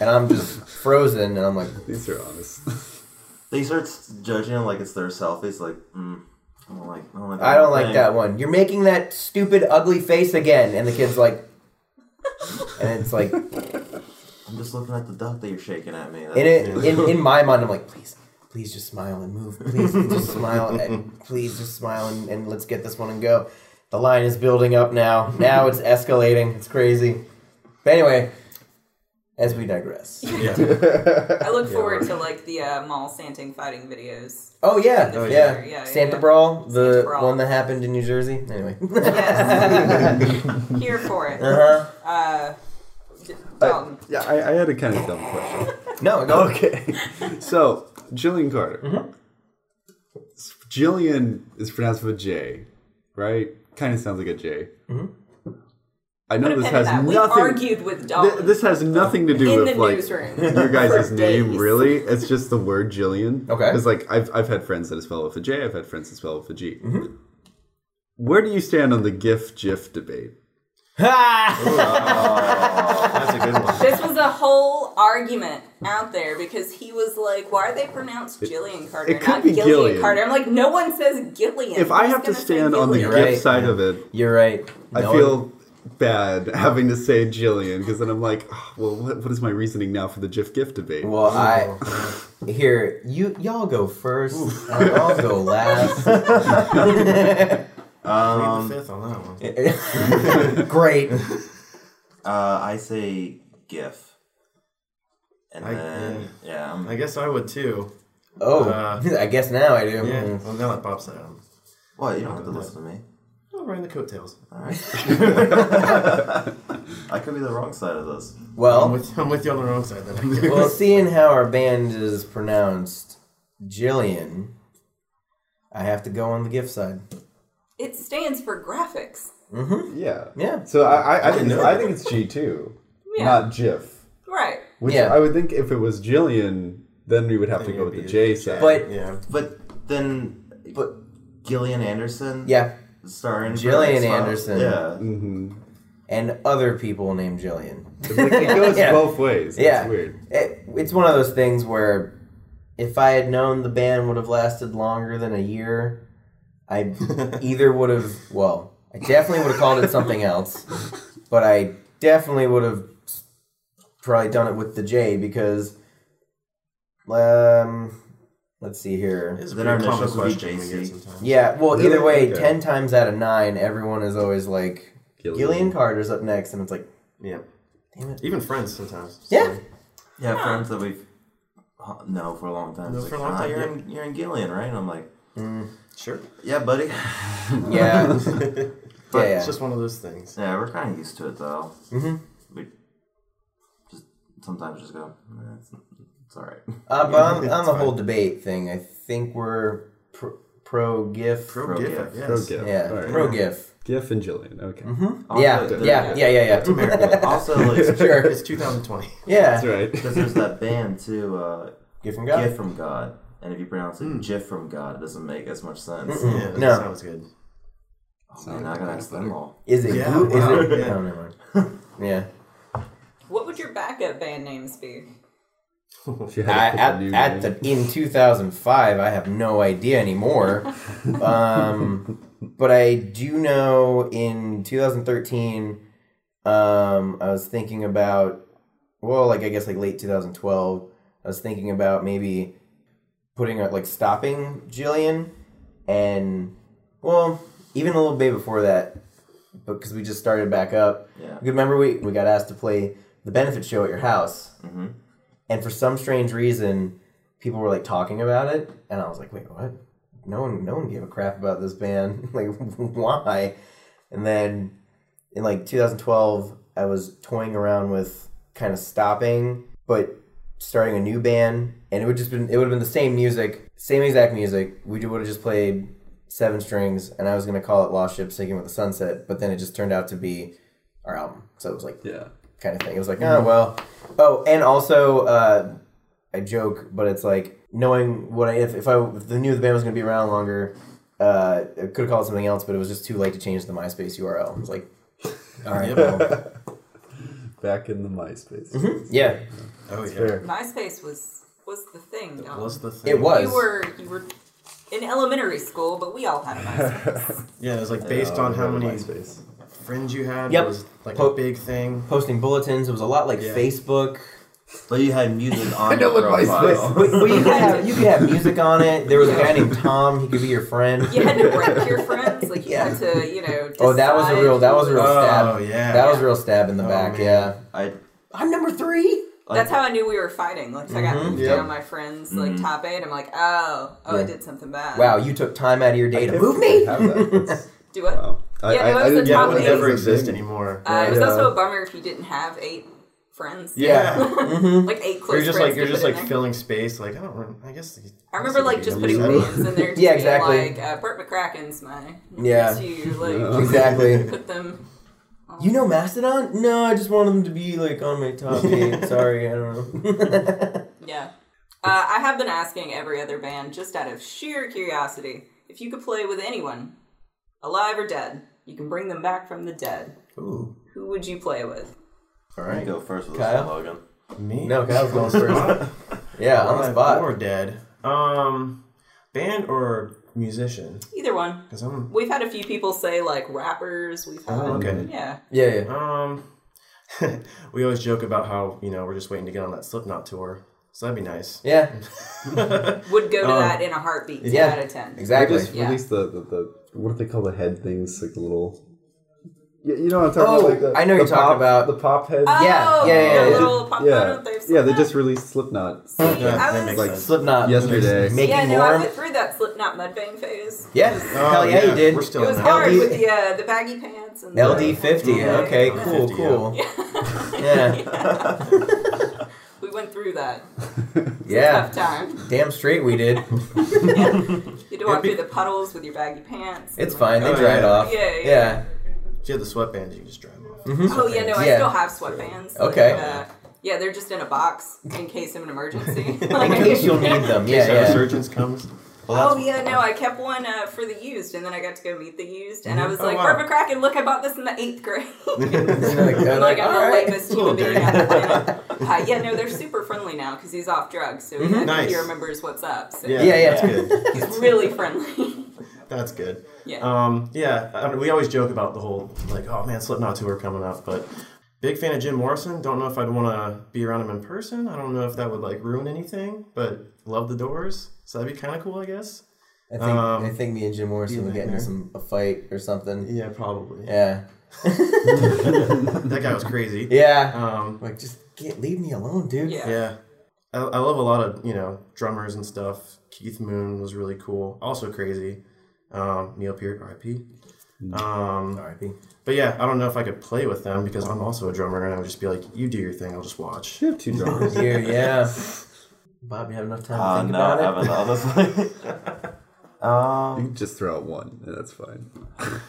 Speaker 3: and i'm just frozen and i'm like
Speaker 1: These are honest.
Speaker 5: They start s- judging them like it's their selfies. Like, mm, I don't like. I don't like,
Speaker 3: I don't
Speaker 5: thing.
Speaker 3: like that one. You're making that stupid, ugly face again. And the kid's like, and it's like, in,
Speaker 5: I'm just looking at the duck that you're shaking at me. That's,
Speaker 3: it, in, in my mind, I'm like, please, please just smile and move. Please just smile and please just smile and, and let's get this one and go. The line is building up now. Now it's escalating. It's crazy. But anyway, as we digress.
Speaker 4: Yeah.
Speaker 2: I look forward to like the uh, mall Santing fighting videos.
Speaker 3: Oh yeah,
Speaker 2: Oh, yeah.
Speaker 3: yeah.
Speaker 2: Yeah, yeah,
Speaker 3: Santa
Speaker 2: yeah.
Speaker 3: Brawl, the
Speaker 2: Santa Brawl.
Speaker 3: one that happened in New Jersey. Anyway.
Speaker 2: Yes. Here for it.
Speaker 3: Uh-huh.
Speaker 2: Uh, d- Dalton.
Speaker 1: Yeah, I, I had a kind of dumb question.
Speaker 3: No, no.
Speaker 1: Okay. so, Jillian Carter.
Speaker 3: Mm-hmm.
Speaker 1: Jillian is pronounced with a J, right? Kind of sounds like a J.
Speaker 3: Mm-hmm.
Speaker 1: I know
Speaker 2: Put a
Speaker 1: this
Speaker 2: pen
Speaker 1: has
Speaker 2: in that. We
Speaker 1: nothing.
Speaker 2: argued with
Speaker 1: thi-
Speaker 2: Dalton
Speaker 1: this has nothing to do
Speaker 2: in the
Speaker 1: with like
Speaker 2: newsroom.
Speaker 1: your guys'
Speaker 2: For
Speaker 1: name,
Speaker 2: days.
Speaker 1: really. It's just the word Jillian.
Speaker 3: Okay.
Speaker 1: Because like I've I've had friends that have spelled it with a J. I've had friends that spell it with a G.
Speaker 3: Mm-hmm.
Speaker 1: Where do you stand on the GIF GIF debate?
Speaker 4: That's a good one.
Speaker 2: This was a whole argument out there because he was like, "Why are they pronounced Gillian Carter,
Speaker 1: it could
Speaker 2: not
Speaker 1: be
Speaker 2: Gillian,
Speaker 1: Gillian.
Speaker 2: Carter?" I'm like, "No one says Gillian."
Speaker 1: If I
Speaker 2: Who's
Speaker 1: have to
Speaker 2: gonna say
Speaker 1: stand on the
Speaker 2: Gillian?
Speaker 3: Right.
Speaker 1: GIF side of it,
Speaker 3: You're right.
Speaker 1: I
Speaker 3: No
Speaker 1: feel
Speaker 3: one-
Speaker 1: bad having to say Jillian because then I'm like, "Ah, well, what, what is my reasoning now for the GIF GIF debate?
Speaker 3: Well, I here you y'all go first. I'll go last.
Speaker 4: Plead
Speaker 5: Um,
Speaker 4: the fifth on that one.
Speaker 3: Great.
Speaker 5: uh, I say GIF. And
Speaker 4: I-
Speaker 5: then, yeah, I'm,
Speaker 4: I guess I would too.
Speaker 3: Oh,
Speaker 4: Uh,
Speaker 3: I guess now I do.
Speaker 4: Yeah.
Speaker 3: Mm.
Speaker 4: Well, now that pops out,
Speaker 5: well, you don't have to listen to me.
Speaker 4: oh, we're in the coattails.
Speaker 5: All right. I could be the wrong side of this.
Speaker 4: I'm
Speaker 3: Well,
Speaker 4: with, I'm with you on the wrong side then.
Speaker 3: well, seeing how our band is pronounced Jillian, I have to go on the gift side.
Speaker 2: It stands for graphics.
Speaker 1: yeah.
Speaker 3: Yeah.
Speaker 1: So I, I, I, think,
Speaker 4: know
Speaker 1: I think it's G2,
Speaker 2: Yeah.
Speaker 1: not GIF.
Speaker 2: Right.
Speaker 1: Which
Speaker 3: Yeah.
Speaker 1: I would think if it was Jillian, then we would have to
Speaker 4: Then
Speaker 1: go
Speaker 4: it
Speaker 1: with the
Speaker 4: would be
Speaker 1: J
Speaker 4: a-
Speaker 1: side.
Speaker 3: But
Speaker 4: yeah.
Speaker 5: But then,
Speaker 3: But-
Speaker 5: Gillian Anderson,
Speaker 3: yeah,
Speaker 5: starring
Speaker 3: Gillian
Speaker 5: Brooks Pop-
Speaker 3: Anderson. Mm.
Speaker 5: Yeah,
Speaker 1: hmm
Speaker 3: and other people named Jillian.
Speaker 1: like, it goes
Speaker 3: Yeah.
Speaker 1: both ways. That's
Speaker 3: Yeah.
Speaker 1: weird.
Speaker 3: It, it's one of those things where if I had known the band would have lasted longer than a year, I either would have, well, I definitely would have called it something else, but I definitely would have probably done it with the J because, um, let's see here.
Speaker 4: It's a
Speaker 5: Then our
Speaker 4: pretty common
Speaker 5: initials would be
Speaker 4: question we get
Speaker 5: JC.
Speaker 4: sometimes.
Speaker 3: Yeah, well,
Speaker 1: Really?
Speaker 3: either way,
Speaker 1: Okay.
Speaker 3: 10 times out of 9, everyone is always like,
Speaker 1: Gillian.
Speaker 3: Gillian Carter's up next, and it's like,
Speaker 4: Yeah.
Speaker 3: Damn it.
Speaker 4: Even friends sometimes.
Speaker 3: yeah,
Speaker 5: yeah, friends that we've uh, known for a long time.
Speaker 4: Known
Speaker 5: It's
Speaker 4: for a
Speaker 5: like,
Speaker 4: long time,
Speaker 5: "Ah, You're
Speaker 4: yeah."
Speaker 5: in, you're in Gillian, right? And I'm like,
Speaker 4: Sure.
Speaker 5: yeah, buddy.
Speaker 3: yeah.
Speaker 4: But
Speaker 3: yeah.
Speaker 4: it's just one of those things.
Speaker 5: yeah, we're kind of used to it though.
Speaker 3: Mhm.
Speaker 5: We just sometimes just go, "Nah, it's, it's all right.
Speaker 3: Uh, but on, on the whole debate thing, I think we're pro, pro GIF.
Speaker 4: Pro
Speaker 5: Pro
Speaker 4: gift,
Speaker 5: gift.
Speaker 4: yes.
Speaker 1: Pro GIF.
Speaker 3: yeah,
Speaker 1: All right.
Speaker 3: pro Mm-hmm. GIF.
Speaker 1: GIF and Jillian. Okay.
Speaker 5: Also,
Speaker 3: yeah,
Speaker 5: there-
Speaker 3: yeah, yeah, yeah, yeah,
Speaker 4: It's America.
Speaker 5: Also, like,
Speaker 3: Sure.
Speaker 4: It's 2020.
Speaker 1: That's
Speaker 3: Yeah.
Speaker 1: right.
Speaker 5: because there's that band too, uh,
Speaker 3: GIF and
Speaker 5: Gif
Speaker 3: God.
Speaker 5: from God. And if you pronounce it Jif from God, it doesn't make as much sense.
Speaker 4: Yeah, that
Speaker 3: No.
Speaker 4: sounds good.
Speaker 5: Oh, man, I gotta ask them all.
Speaker 3: Is it?
Speaker 4: Yeah,
Speaker 3: glue- is
Speaker 4: wow.
Speaker 3: it?
Speaker 4: Yeah.
Speaker 3: No, never mind. Yeah.
Speaker 2: What would your backup band names be?
Speaker 1: She
Speaker 3: I,
Speaker 1: had to pick a
Speaker 3: at
Speaker 1: new
Speaker 3: at
Speaker 1: name.
Speaker 3: the in 2005, I have no idea anymore. um, but I do know in 2013, um, I was thinking about, well, like I guess like late 2012, I was thinking about maybe putting a, like stopping Jillian, and well, even a little bit before that, because we just started back up.
Speaker 5: Yeah.
Speaker 3: You remember we we got asked to play the benefit show at your house and for some strange reason people were like talking about it and i was like wait what no one no one gave a crap about this band like why and then in like 2012 i was toying around with kind of stopping but starting a new band and it would just been it would have been the same music same exact music we would have just played seven strings and i was going to call it lost ship sinking with the sunset but then it just turned out to be our album so it was like
Speaker 1: yeah.
Speaker 3: kind of thing. It was like, oh well. Oh, and also uh, I joke, but it's like knowing what I if if I if I knew the band was gonna be around longer, uh, I could have called it something else, but it was just too late to change the MySpace URL. It was like, all right, well,
Speaker 1: Back in the MySpace.
Speaker 3: yeah,
Speaker 4: Oh, yeah.
Speaker 1: Fair.
Speaker 2: MySpace was was the thing. Dalton.
Speaker 4: Was the thing.
Speaker 3: it was.
Speaker 2: You were you were in elementary school, but we all had a MySpace.
Speaker 4: Yeah, it Oh, was like based on how many
Speaker 1: MySpace.
Speaker 4: friends you had.
Speaker 3: Yep.
Speaker 4: It was like
Speaker 3: Po-
Speaker 4: a big thing.
Speaker 3: posting bulletins. It was a lot like
Speaker 4: Yeah.
Speaker 3: Facebook.
Speaker 5: But you had music on
Speaker 1: know what
Speaker 5: your
Speaker 1: my
Speaker 5: profile.
Speaker 3: But, but you could have you could have music on it. There was a guy named Tom. He could be your friend.
Speaker 2: you had to rank your friends, like you
Speaker 3: Yeah.
Speaker 2: had to, you know,
Speaker 3: Oh, that was a
Speaker 2: decide
Speaker 3: real. That was a
Speaker 2: who
Speaker 3: real
Speaker 2: was-
Speaker 4: Oh,
Speaker 3: stab.
Speaker 4: yeah.
Speaker 3: That was a real stab in the back.
Speaker 4: Oh, man.
Speaker 3: Yeah.
Speaker 5: I
Speaker 3: I'm number three.
Speaker 2: That's how I knew we were fighting. Like, 'cause I got moved
Speaker 3: yeah.
Speaker 2: down my friend's like top eight. I'm like, oh, oh, I
Speaker 3: Mm-hmm. Yeah.
Speaker 2: did something bad.
Speaker 3: Wow, you took time out of your day to move me.
Speaker 1: Have that. That's-
Speaker 2: Do what?
Speaker 1: wow. I,
Speaker 2: Yeah,
Speaker 1: I,
Speaker 2: but what
Speaker 1: I
Speaker 2: was
Speaker 1: didn't
Speaker 2: the
Speaker 4: Yeah,
Speaker 2: top
Speaker 4: it would
Speaker 2: eight?
Speaker 4: never exist anymore.
Speaker 2: Uh, it was
Speaker 3: Yeah.
Speaker 2: also a bummer if you didn't have eight friends.
Speaker 4: Yeah.
Speaker 3: Mm-hmm.
Speaker 2: like eight close
Speaker 4: You're just
Speaker 2: friends
Speaker 4: like you're
Speaker 2: to
Speaker 4: just
Speaker 2: put in
Speaker 4: like
Speaker 2: there.
Speaker 4: filling space. Like I don't. rem- I guess.
Speaker 2: I remember like just putting
Speaker 4: Exactly.
Speaker 2: names in there. To
Speaker 3: Yeah,
Speaker 2: be
Speaker 3: exactly.
Speaker 2: Like uh, Burt McCracken's my
Speaker 3: Yeah. Uh-huh.
Speaker 2: two. Like
Speaker 3: Exactly.
Speaker 2: put them.
Speaker 3: You know Mastodon? No, I just wanted them to be like on my top eight. Sorry, I don't know.
Speaker 2: Yeah. Uh, I have been asking every other band just out of sheer curiosity if you could play with anyone, alive or dead. You can bring them back from the dead.
Speaker 3: Ooh.
Speaker 2: Who would you play with?
Speaker 4: All
Speaker 5: I
Speaker 4: right.
Speaker 5: go first with
Speaker 3: Kyle?
Speaker 5: this one, Logan.
Speaker 4: Me.
Speaker 3: No, Kyle's going first. Yeah, on the spot.
Speaker 4: Or dead. Um, band or musician?
Speaker 2: Either one.
Speaker 4: Because I'm.
Speaker 2: We've had a few people say like rappers. We've had
Speaker 1: Um,
Speaker 4: Oh, okay.
Speaker 2: yeah.
Speaker 3: Yeah, yeah.
Speaker 4: Um, we always joke about how you know we're just waiting to get on that Slipknot tour, so that'd be nice.
Speaker 3: Yeah,
Speaker 2: Would go to that in a heartbeat. Ten
Speaker 3: Um, yeah.
Speaker 2: out of ten.
Speaker 1: I
Speaker 3: exactly.
Speaker 1: just
Speaker 2: Yeah.
Speaker 1: released the, the, the what do they call the head things like the little. Yeah, you know what I'm talking
Speaker 3: Oh,
Speaker 1: about. Like the,
Speaker 3: I know you're
Speaker 1: the
Speaker 3: talking
Speaker 1: pop-
Speaker 3: about.
Speaker 1: the pop head.
Speaker 2: Oh,
Speaker 3: Yeah, yeah, yeah,
Speaker 2: the
Speaker 3: yeah.
Speaker 2: Little pop
Speaker 1: yeah,
Speaker 2: photo they've
Speaker 1: yeah. They
Speaker 2: sent
Speaker 1: just
Speaker 2: out.
Speaker 1: released Slipknot.
Speaker 2: See,
Speaker 4: Yeah,
Speaker 2: I
Speaker 4: that
Speaker 2: was
Speaker 4: makes sense.
Speaker 3: Slipknot.
Speaker 1: Yesterday.
Speaker 3: Making
Speaker 2: yeah, no, I
Speaker 3: warm.
Speaker 2: went through that Slipknot mud bang phase.
Speaker 3: Yeah,
Speaker 4: Oh,
Speaker 3: hell yeah, you did.
Speaker 4: We're still
Speaker 2: It was
Speaker 4: in
Speaker 2: hard
Speaker 4: that.
Speaker 3: LD
Speaker 2: with the uh, the baggy pants and
Speaker 3: LD fifty.
Speaker 4: Mm-hmm.
Speaker 2: Yeah.
Speaker 3: Okay,
Speaker 4: Yeah.
Speaker 3: cool,
Speaker 4: 50,
Speaker 3: cool.
Speaker 2: Yeah.
Speaker 3: Yeah,
Speaker 2: we went through that tough
Speaker 3: yeah.
Speaker 2: time.
Speaker 3: Damn straight we did.
Speaker 2: You had to walk through the puddles with your baggy pants. and,
Speaker 3: It's
Speaker 2: like-
Speaker 3: fine. They
Speaker 4: Oh,
Speaker 3: dried
Speaker 4: yeah.
Speaker 3: off.
Speaker 2: Yeah, yeah.
Speaker 3: Yeah.
Speaker 4: If you have the sweatbands, you can just drive off.
Speaker 2: Oh yeah, no, I
Speaker 3: Yeah.
Speaker 2: still have sweatpants. like,
Speaker 3: Okay.
Speaker 2: uh, yeah, they're just in a box in case of an emergency.
Speaker 3: In
Speaker 2: Like,
Speaker 3: case you'll need them. Yeah,
Speaker 4: So the
Speaker 3: yeah.
Speaker 4: surgeons comes.
Speaker 2: Oh yeah, no, I kept one uh, for the used, and then I got to go meet the used, and I
Speaker 3: Mm-hmm.
Speaker 2: was
Speaker 4: Oh,
Speaker 2: like,
Speaker 4: wow.
Speaker 2: Barbara Kraken, look, I bought this in the eighth grade.
Speaker 3: Like, uh,
Speaker 2: I'm like, I'm
Speaker 3: all
Speaker 2: the
Speaker 3: right.
Speaker 2: lamest human being on the planet. Uh, yeah, no, they're super friendly now because he's off drugs, so he,
Speaker 4: Mm-hmm. Nice.
Speaker 2: he remembers what's up. So
Speaker 3: Yeah, yeah.
Speaker 4: That's good.
Speaker 2: he's really friendly.
Speaker 4: That's good.
Speaker 2: yeah.
Speaker 4: Um, yeah, I mean, we always joke about the whole like, oh man, Slipknot tour coming up, but big fan of Jim Morrison. Don't know if I'd want to be around him in person. I don't know if that would like ruin anything, but love the Doors, so that'd be kind of cool, I guess.
Speaker 3: I think
Speaker 4: Um,
Speaker 3: I think me and Jim Morrison would get into
Speaker 4: there.
Speaker 3: some a fight or something.
Speaker 4: Yeah, probably.
Speaker 3: Yeah.
Speaker 4: that guy was crazy.
Speaker 3: Yeah.
Speaker 4: Um,
Speaker 3: Like just get leave me alone, dude.
Speaker 2: Yeah.
Speaker 4: yeah, I, I love a lot of you know drummers and stuff. Keith Moon was really cool, also crazy. Um, Neil Peart, R.I.P. Um,
Speaker 3: R.I.P.
Speaker 4: But yeah, I don't know if I could play with them because I'm also a drummer and I would just be like, you do your thing, I'll just watch.
Speaker 1: You have two drummers.
Speaker 3: Yeah, yeah. Bob, you have enough time to
Speaker 5: Uh,
Speaker 3: think
Speaker 5: no,
Speaker 3: about
Speaker 5: I
Speaker 3: it.
Speaker 5: have another one.
Speaker 1: you can just throw out one, and that's fine.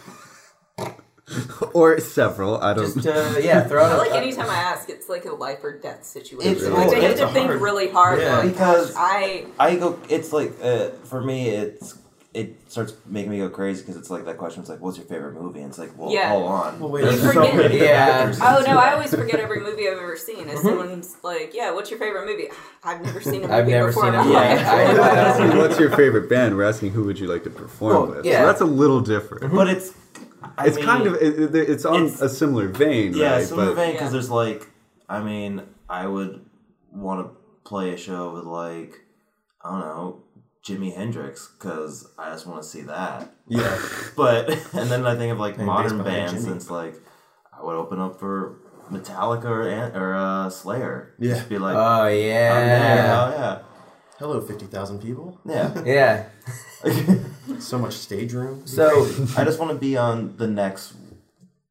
Speaker 1: or several. I don't.
Speaker 3: Just uh, yeah, throw
Speaker 2: I
Speaker 3: out.
Speaker 2: like
Speaker 3: a-
Speaker 2: anytime I ask, it's like a life or death situation.
Speaker 5: It's-
Speaker 2: like they
Speaker 5: well,
Speaker 2: have
Speaker 5: it's
Speaker 2: to think
Speaker 4: hard.
Speaker 2: really hard.
Speaker 4: Yeah.
Speaker 2: like,
Speaker 5: Because-
Speaker 2: gosh, I
Speaker 5: I go. It's like uh, for me, it's it starts making me go crazy because it's like that question. It's like, what's your favorite movie? And it's like, well,
Speaker 2: Yeah.
Speaker 5: hold on.
Speaker 4: Well, wait,
Speaker 2: You
Speaker 4: there's so
Speaker 2: forget-
Speaker 4: many.
Speaker 3: yeah.
Speaker 2: oh no, I always forget every movie I've ever seen.
Speaker 4: Mm-hmm.
Speaker 2: If someone's like, yeah, what's your favorite movie? I've never seen a movie
Speaker 3: I've never
Speaker 2: before
Speaker 3: seen
Speaker 2: in
Speaker 3: it.
Speaker 2: my
Speaker 3: Yeah,
Speaker 2: life.
Speaker 1: We're not
Speaker 3: I-
Speaker 1: asking what's your favorite band. We're asking who would you like to perform
Speaker 3: Well,
Speaker 1: with.
Speaker 3: yeah.
Speaker 1: So that's a little different.
Speaker 5: but it's I
Speaker 1: it's
Speaker 5: mean,
Speaker 1: kind of it, it- it's on
Speaker 5: it's-
Speaker 1: a similar vein,
Speaker 5: yeah,
Speaker 1: right?
Speaker 5: it's sort of
Speaker 1: but
Speaker 5: vain because
Speaker 2: Yeah.
Speaker 5: there's like, I mean, I would want to play a show with like, I don't know, Jimi Hendrix because I just want to see that.
Speaker 4: Yeah.
Speaker 5: But and then I think of like
Speaker 4: Playing bass
Speaker 5: modern
Speaker 4: behind
Speaker 5: bands,
Speaker 4: Jimmy.
Speaker 5: and it's like I would open up for Metallica or Ant- or uh, Slayer.
Speaker 4: Yeah.
Speaker 5: just be like,
Speaker 3: Oh
Speaker 5: I'm there,
Speaker 3: yeah.
Speaker 5: hell yeah.
Speaker 4: Hello, 50,000 people.
Speaker 5: Yeah.
Speaker 3: Yeah.
Speaker 4: So much stage room.
Speaker 3: So
Speaker 5: I just want to be on the next.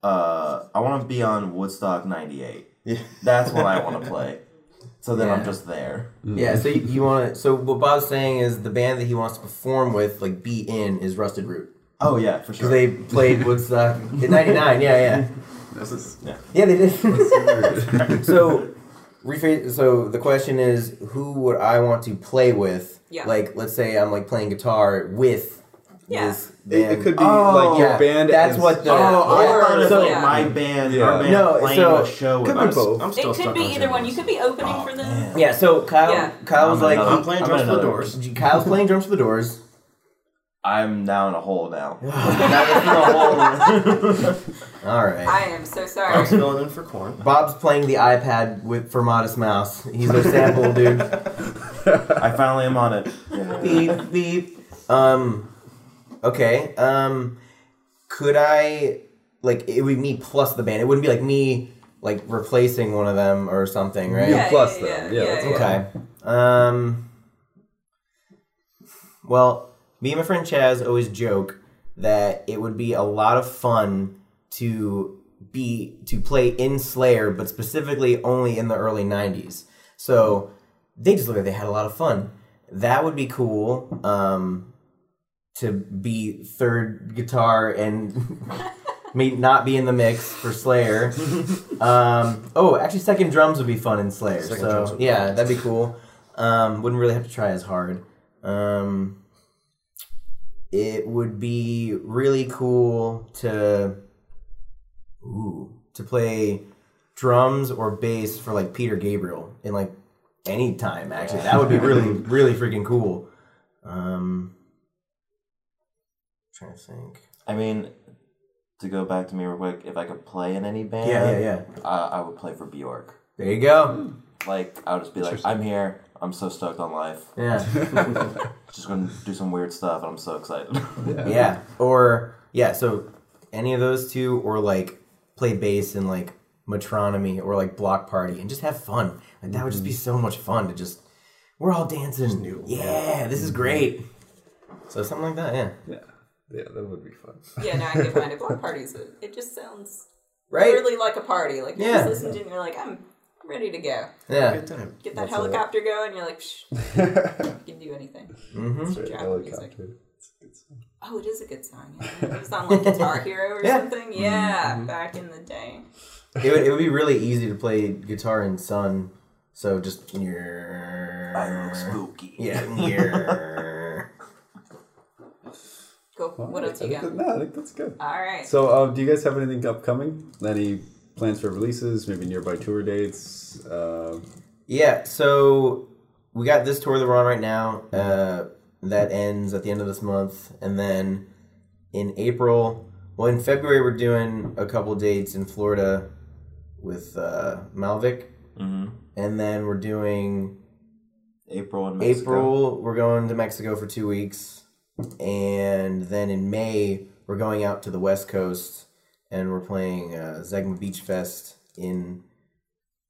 Speaker 5: Uh, I want to be on Woodstock '98.
Speaker 4: Yeah.
Speaker 5: That's what I want to play. So then
Speaker 3: Yeah. Mm.
Speaker 5: I'm just there.
Speaker 3: yeah, so you, you want to. So what Bob's saying is the band that he wants to perform with, like be in, is Rusted Root.
Speaker 5: Oh yeah, for
Speaker 3: 'Cause
Speaker 5: sure.
Speaker 3: They played Woodstock in '99. Yeah, yeah,
Speaker 1: this is
Speaker 3: yeah. They did. so, rephrase. So the question is, who would I want to play with?
Speaker 2: Yeah.
Speaker 3: Like, let's say I'm like playing guitar with
Speaker 2: Yeah.
Speaker 3: this
Speaker 1: it,
Speaker 3: band.
Speaker 1: it could be
Speaker 5: Oh,
Speaker 1: like your
Speaker 3: yeah,
Speaker 1: band.
Speaker 3: that's
Speaker 1: is-
Speaker 3: what the-
Speaker 5: oh, I
Speaker 3: Yeah.
Speaker 5: thought it was
Speaker 3: So-
Speaker 5: like my band,
Speaker 1: Yeah.
Speaker 5: our band
Speaker 3: No,
Speaker 5: playing
Speaker 3: so-
Speaker 5: a show with
Speaker 1: could be
Speaker 5: us.
Speaker 1: both.
Speaker 4: I'm still
Speaker 2: It could
Speaker 4: stuck
Speaker 2: be
Speaker 4: on
Speaker 2: either
Speaker 4: Jim
Speaker 2: one. You could be opening
Speaker 5: Oh,
Speaker 2: for them.
Speaker 5: man.
Speaker 3: Yeah. So Kyle,
Speaker 2: Yeah.
Speaker 3: Kyle was
Speaker 5: I'm
Speaker 3: like,
Speaker 5: another-
Speaker 4: I'm playing drums for the
Speaker 5: another-
Speaker 4: Doors.
Speaker 3: Kyle's playing drums for the Doors.
Speaker 5: I'm now in a hole now.
Speaker 3: All right.
Speaker 2: I am so sorry.
Speaker 4: I'm filling in for corn.
Speaker 3: Bob's playing the iPad with for Modest Mouse. He's a sample dude.
Speaker 5: I finally am on it. Yeah.
Speaker 3: Beep beep. Um, okay. Um, could I like it would be me plus the band. It wouldn't be like me like replacing one of them or something, right?
Speaker 2: Yeah,
Speaker 1: plus
Speaker 2: yeah,
Speaker 1: them.
Speaker 2: yeah,
Speaker 1: Yeah, that's
Speaker 2: yeah,
Speaker 1: what I-
Speaker 3: Okay. Um. Well, me and my friend Chaz always joke that it would be a lot of fun to be to play in Slayer, but specifically only in the early '90s. So they just look like they had a lot of fun. That would be cool. Um, to be third guitar and may not be in the mix for Slayer. Um, oh, actually, second drums would be fun in Slayer.
Speaker 4: Second drums
Speaker 3: so
Speaker 4: would be
Speaker 3: yeah, that'd be cool. Um, wouldn't really have to try as hard. Um, it would be really cool to ooh, to play drums or bass for like Peter Gabriel in like any time. Actually, that would be really really freaking cool. Um, trying to think.
Speaker 5: I mean, to go back to me real quick, if I could play in any band,
Speaker 3: Yeah, yeah, yeah.
Speaker 5: I, I would play for Bjork.
Speaker 3: There you go.
Speaker 5: Like, I would just be like, I'm here. I'm so stoked on life.
Speaker 3: Yeah.
Speaker 5: Just gonna do some weird stuff, and I'm so excited.
Speaker 3: Yeah. Or yeah, so any of those two or like play bass in like Metronomy or like Block Party and just have fun. Like that would just be so much fun to just we're all dancing. Yeah, this is great. So something like that, yeah.
Speaker 1: Yeah. Yeah, that would be fun.
Speaker 2: Yeah, no, I can find it. Block parties, it, it just sounds
Speaker 3: Right?
Speaker 2: really like a party. Like you
Speaker 3: Yeah.
Speaker 2: just listen to it and you're like, I'm I'm ready to go.
Speaker 3: Yeah.
Speaker 4: Good time.
Speaker 2: Get that
Speaker 3: That's it.
Speaker 2: helicopter going. You're like, Psh, you can do anything.
Speaker 3: Mm-hmm.
Speaker 1: Sorry,
Speaker 2: Jap
Speaker 1: helicopter. It's a good song.
Speaker 2: Oh, it is a good song. Yeah. It was on like Guitar Hero or
Speaker 3: Yeah. Mm-hmm.
Speaker 2: something. Yeah, back in the day.
Speaker 3: It would it would be really easy to play guitar and sun. So just yeah.
Speaker 5: I look spooky.
Speaker 3: Yeah. yeah.
Speaker 2: Cool. What else
Speaker 1: I
Speaker 2: you
Speaker 1: think
Speaker 2: got?
Speaker 1: that- No, I think that's good.
Speaker 2: All right.
Speaker 1: So, uh, do you guys have anything upcoming? Any plans for releases? Maybe nearby tour dates? Uh,
Speaker 3: Yeah, so we got this tour that we're on right now. Uh, that ends at the end of this month, and then in April, well, in February we're doing a couple dates in Florida with uh, Malvik,
Speaker 5: hmm
Speaker 3: and then we're doing
Speaker 5: April and Mexico.
Speaker 3: April we're going to Mexico for two weeks, and then in May we're going out to the West Coast and we're playing uh, Zegma Beach Fest in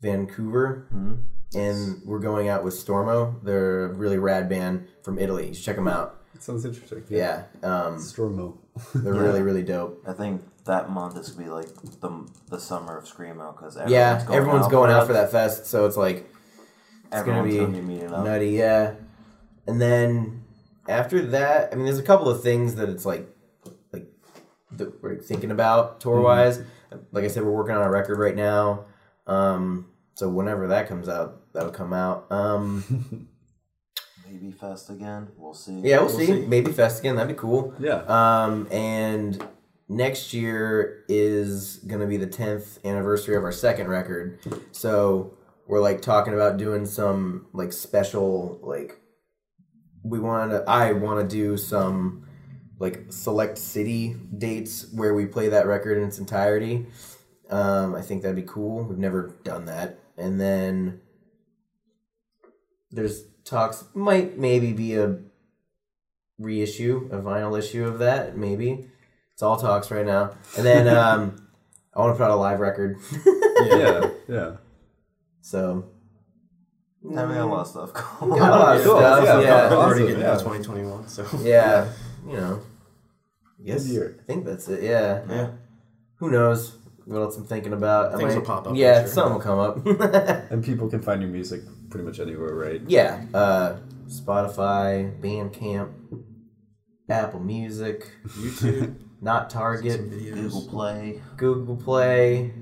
Speaker 3: Vancouver
Speaker 5: Mhm.
Speaker 3: and we're going out with Stormo. They're a really rad band from Italy. You should check them out.
Speaker 1: it sounds interesting.
Speaker 3: Yeah, um,
Speaker 1: Stormo.
Speaker 3: they're really really dope.
Speaker 5: I think that month is gonna be like the the summer of screamo because everyone's
Speaker 3: yeah,
Speaker 5: going
Speaker 3: everyone's
Speaker 5: out
Speaker 3: going
Speaker 5: for
Speaker 3: out for
Speaker 5: it.
Speaker 3: that fest, so it's like it's gonna
Speaker 5: Everyone's
Speaker 3: be
Speaker 5: gonna be meeting up.
Speaker 3: nutty. Yeah, and then after that, I mean, there's a couple of things that it's like like that we're thinking about tour wise. Like I said, we're working on a record right now. Um, so whenever that comes out, that'll come out. Um,
Speaker 5: Maybe fest again. We'll see.
Speaker 3: yeah, we'll, see. Maybe Fest again. That'd be cool.
Speaker 1: Yeah.
Speaker 3: Um, and next year is gonna be the tenth anniversary of our second record, so we're like talking about doing some like special like we want to. I want to do some like select city dates where we play that record in its entirety. Um, I think that'd be cool. We've never done that, and then there's talks might maybe be a reissue, a vinyl issue of that, maybe. It's all talks right now. And then um I want to put out a live record.
Speaker 1: yeah, yeah.
Speaker 3: so
Speaker 5: Having a lot of stuff.
Speaker 4: Oh,
Speaker 5: going
Speaker 3: Got a
Speaker 5: on.
Speaker 3: lot of
Speaker 1: Cool.
Speaker 3: stuff,
Speaker 1: Yeah,
Speaker 3: yeah.
Speaker 1: cool.
Speaker 4: I'm already
Speaker 1: Awesome,
Speaker 4: getting
Speaker 1: yeah.
Speaker 4: out 2021, so
Speaker 3: Yeah, you know. Yes,
Speaker 1: Good year.
Speaker 3: I think that's it. Yeah.
Speaker 5: Yeah.
Speaker 3: Who knows what else I'm thinking about? I
Speaker 4: Things will
Speaker 3: might-
Speaker 4: pop up,
Speaker 3: Yeah,
Speaker 4: I'm sure.
Speaker 3: something will come up.
Speaker 1: And people can find your music pretty much anywhere, right?
Speaker 3: yeah. Uh, Spotify, Bandcamp, Apple Music,
Speaker 4: YouTube,
Speaker 3: not
Speaker 4: some
Speaker 3: Target,
Speaker 5: Google
Speaker 4: videos.
Speaker 5: Play,
Speaker 3: Google Play,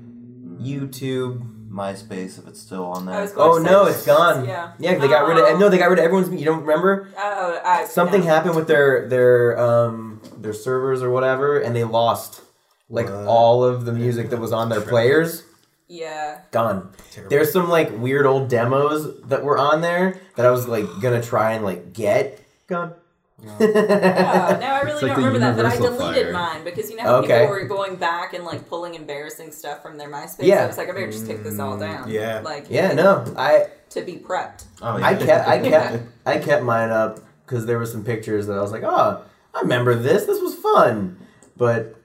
Speaker 3: YouTube.
Speaker 5: MySpace, if it's still on there.
Speaker 2: I was going-
Speaker 3: Oh
Speaker 2: Or
Speaker 3: no,
Speaker 2: six.
Speaker 3: it's gone.
Speaker 2: Yeah.
Speaker 3: they got rid of. No, they got rid of everyone's. You don't remember?
Speaker 2: oh, I,
Speaker 3: Something
Speaker 2: no.
Speaker 3: happened with their their um their servers or whatever, and they lost like
Speaker 4: What?
Speaker 3: all of the music that was on their players.
Speaker 2: Yeah.
Speaker 3: Gone.
Speaker 4: Terrible.
Speaker 3: There's some like weird old demos that were on there that I was like gonna try and like get. Gone.
Speaker 2: Oh, no, I
Speaker 1: like
Speaker 2: really don't
Speaker 1: the
Speaker 2: remember that, but I
Speaker 1: universal fire.
Speaker 2: deleted mine because you know how
Speaker 3: Okay.
Speaker 2: people were going back and like pulling embarrassing stuff from their MySpace.
Speaker 3: Yeah.
Speaker 2: I was like, I better just take this
Speaker 1: Mm,
Speaker 2: all down.
Speaker 4: yeah.
Speaker 2: Like
Speaker 3: yeah, no, I
Speaker 2: to be prepped.
Speaker 5: Oh, yeah.
Speaker 3: I kept I kept I kept mine up because there were some pictures that I was like, oh, I remember this. This was fun, but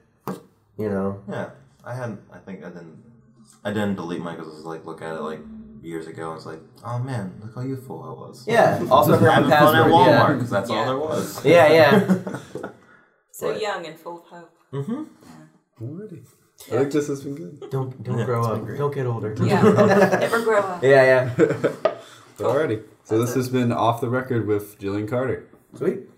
Speaker 3: You know,
Speaker 5: Yeah, I had. I think I didn't. I didn't delete mine because I was like, look at it like years ago. and It's like, oh man, look how youthful I was.
Speaker 3: yeah. Also, having
Speaker 5: having fun at Walmart because that's
Speaker 2: Yeah.
Speaker 5: all there was.
Speaker 3: Yeah, yeah.
Speaker 2: So
Speaker 5: Right.
Speaker 2: young and full of hope.
Speaker 3: hmm
Speaker 1: Already. I think this has been good.
Speaker 3: Don't don't
Speaker 5: Yeah,
Speaker 3: grow
Speaker 5: it's been
Speaker 3: up. Don't get older.
Speaker 2: Yeah. Never grow up.
Speaker 3: yeah, yeah.
Speaker 1: Alrighty. So this has been off the record with Jillian Carter.
Speaker 3: Sweet.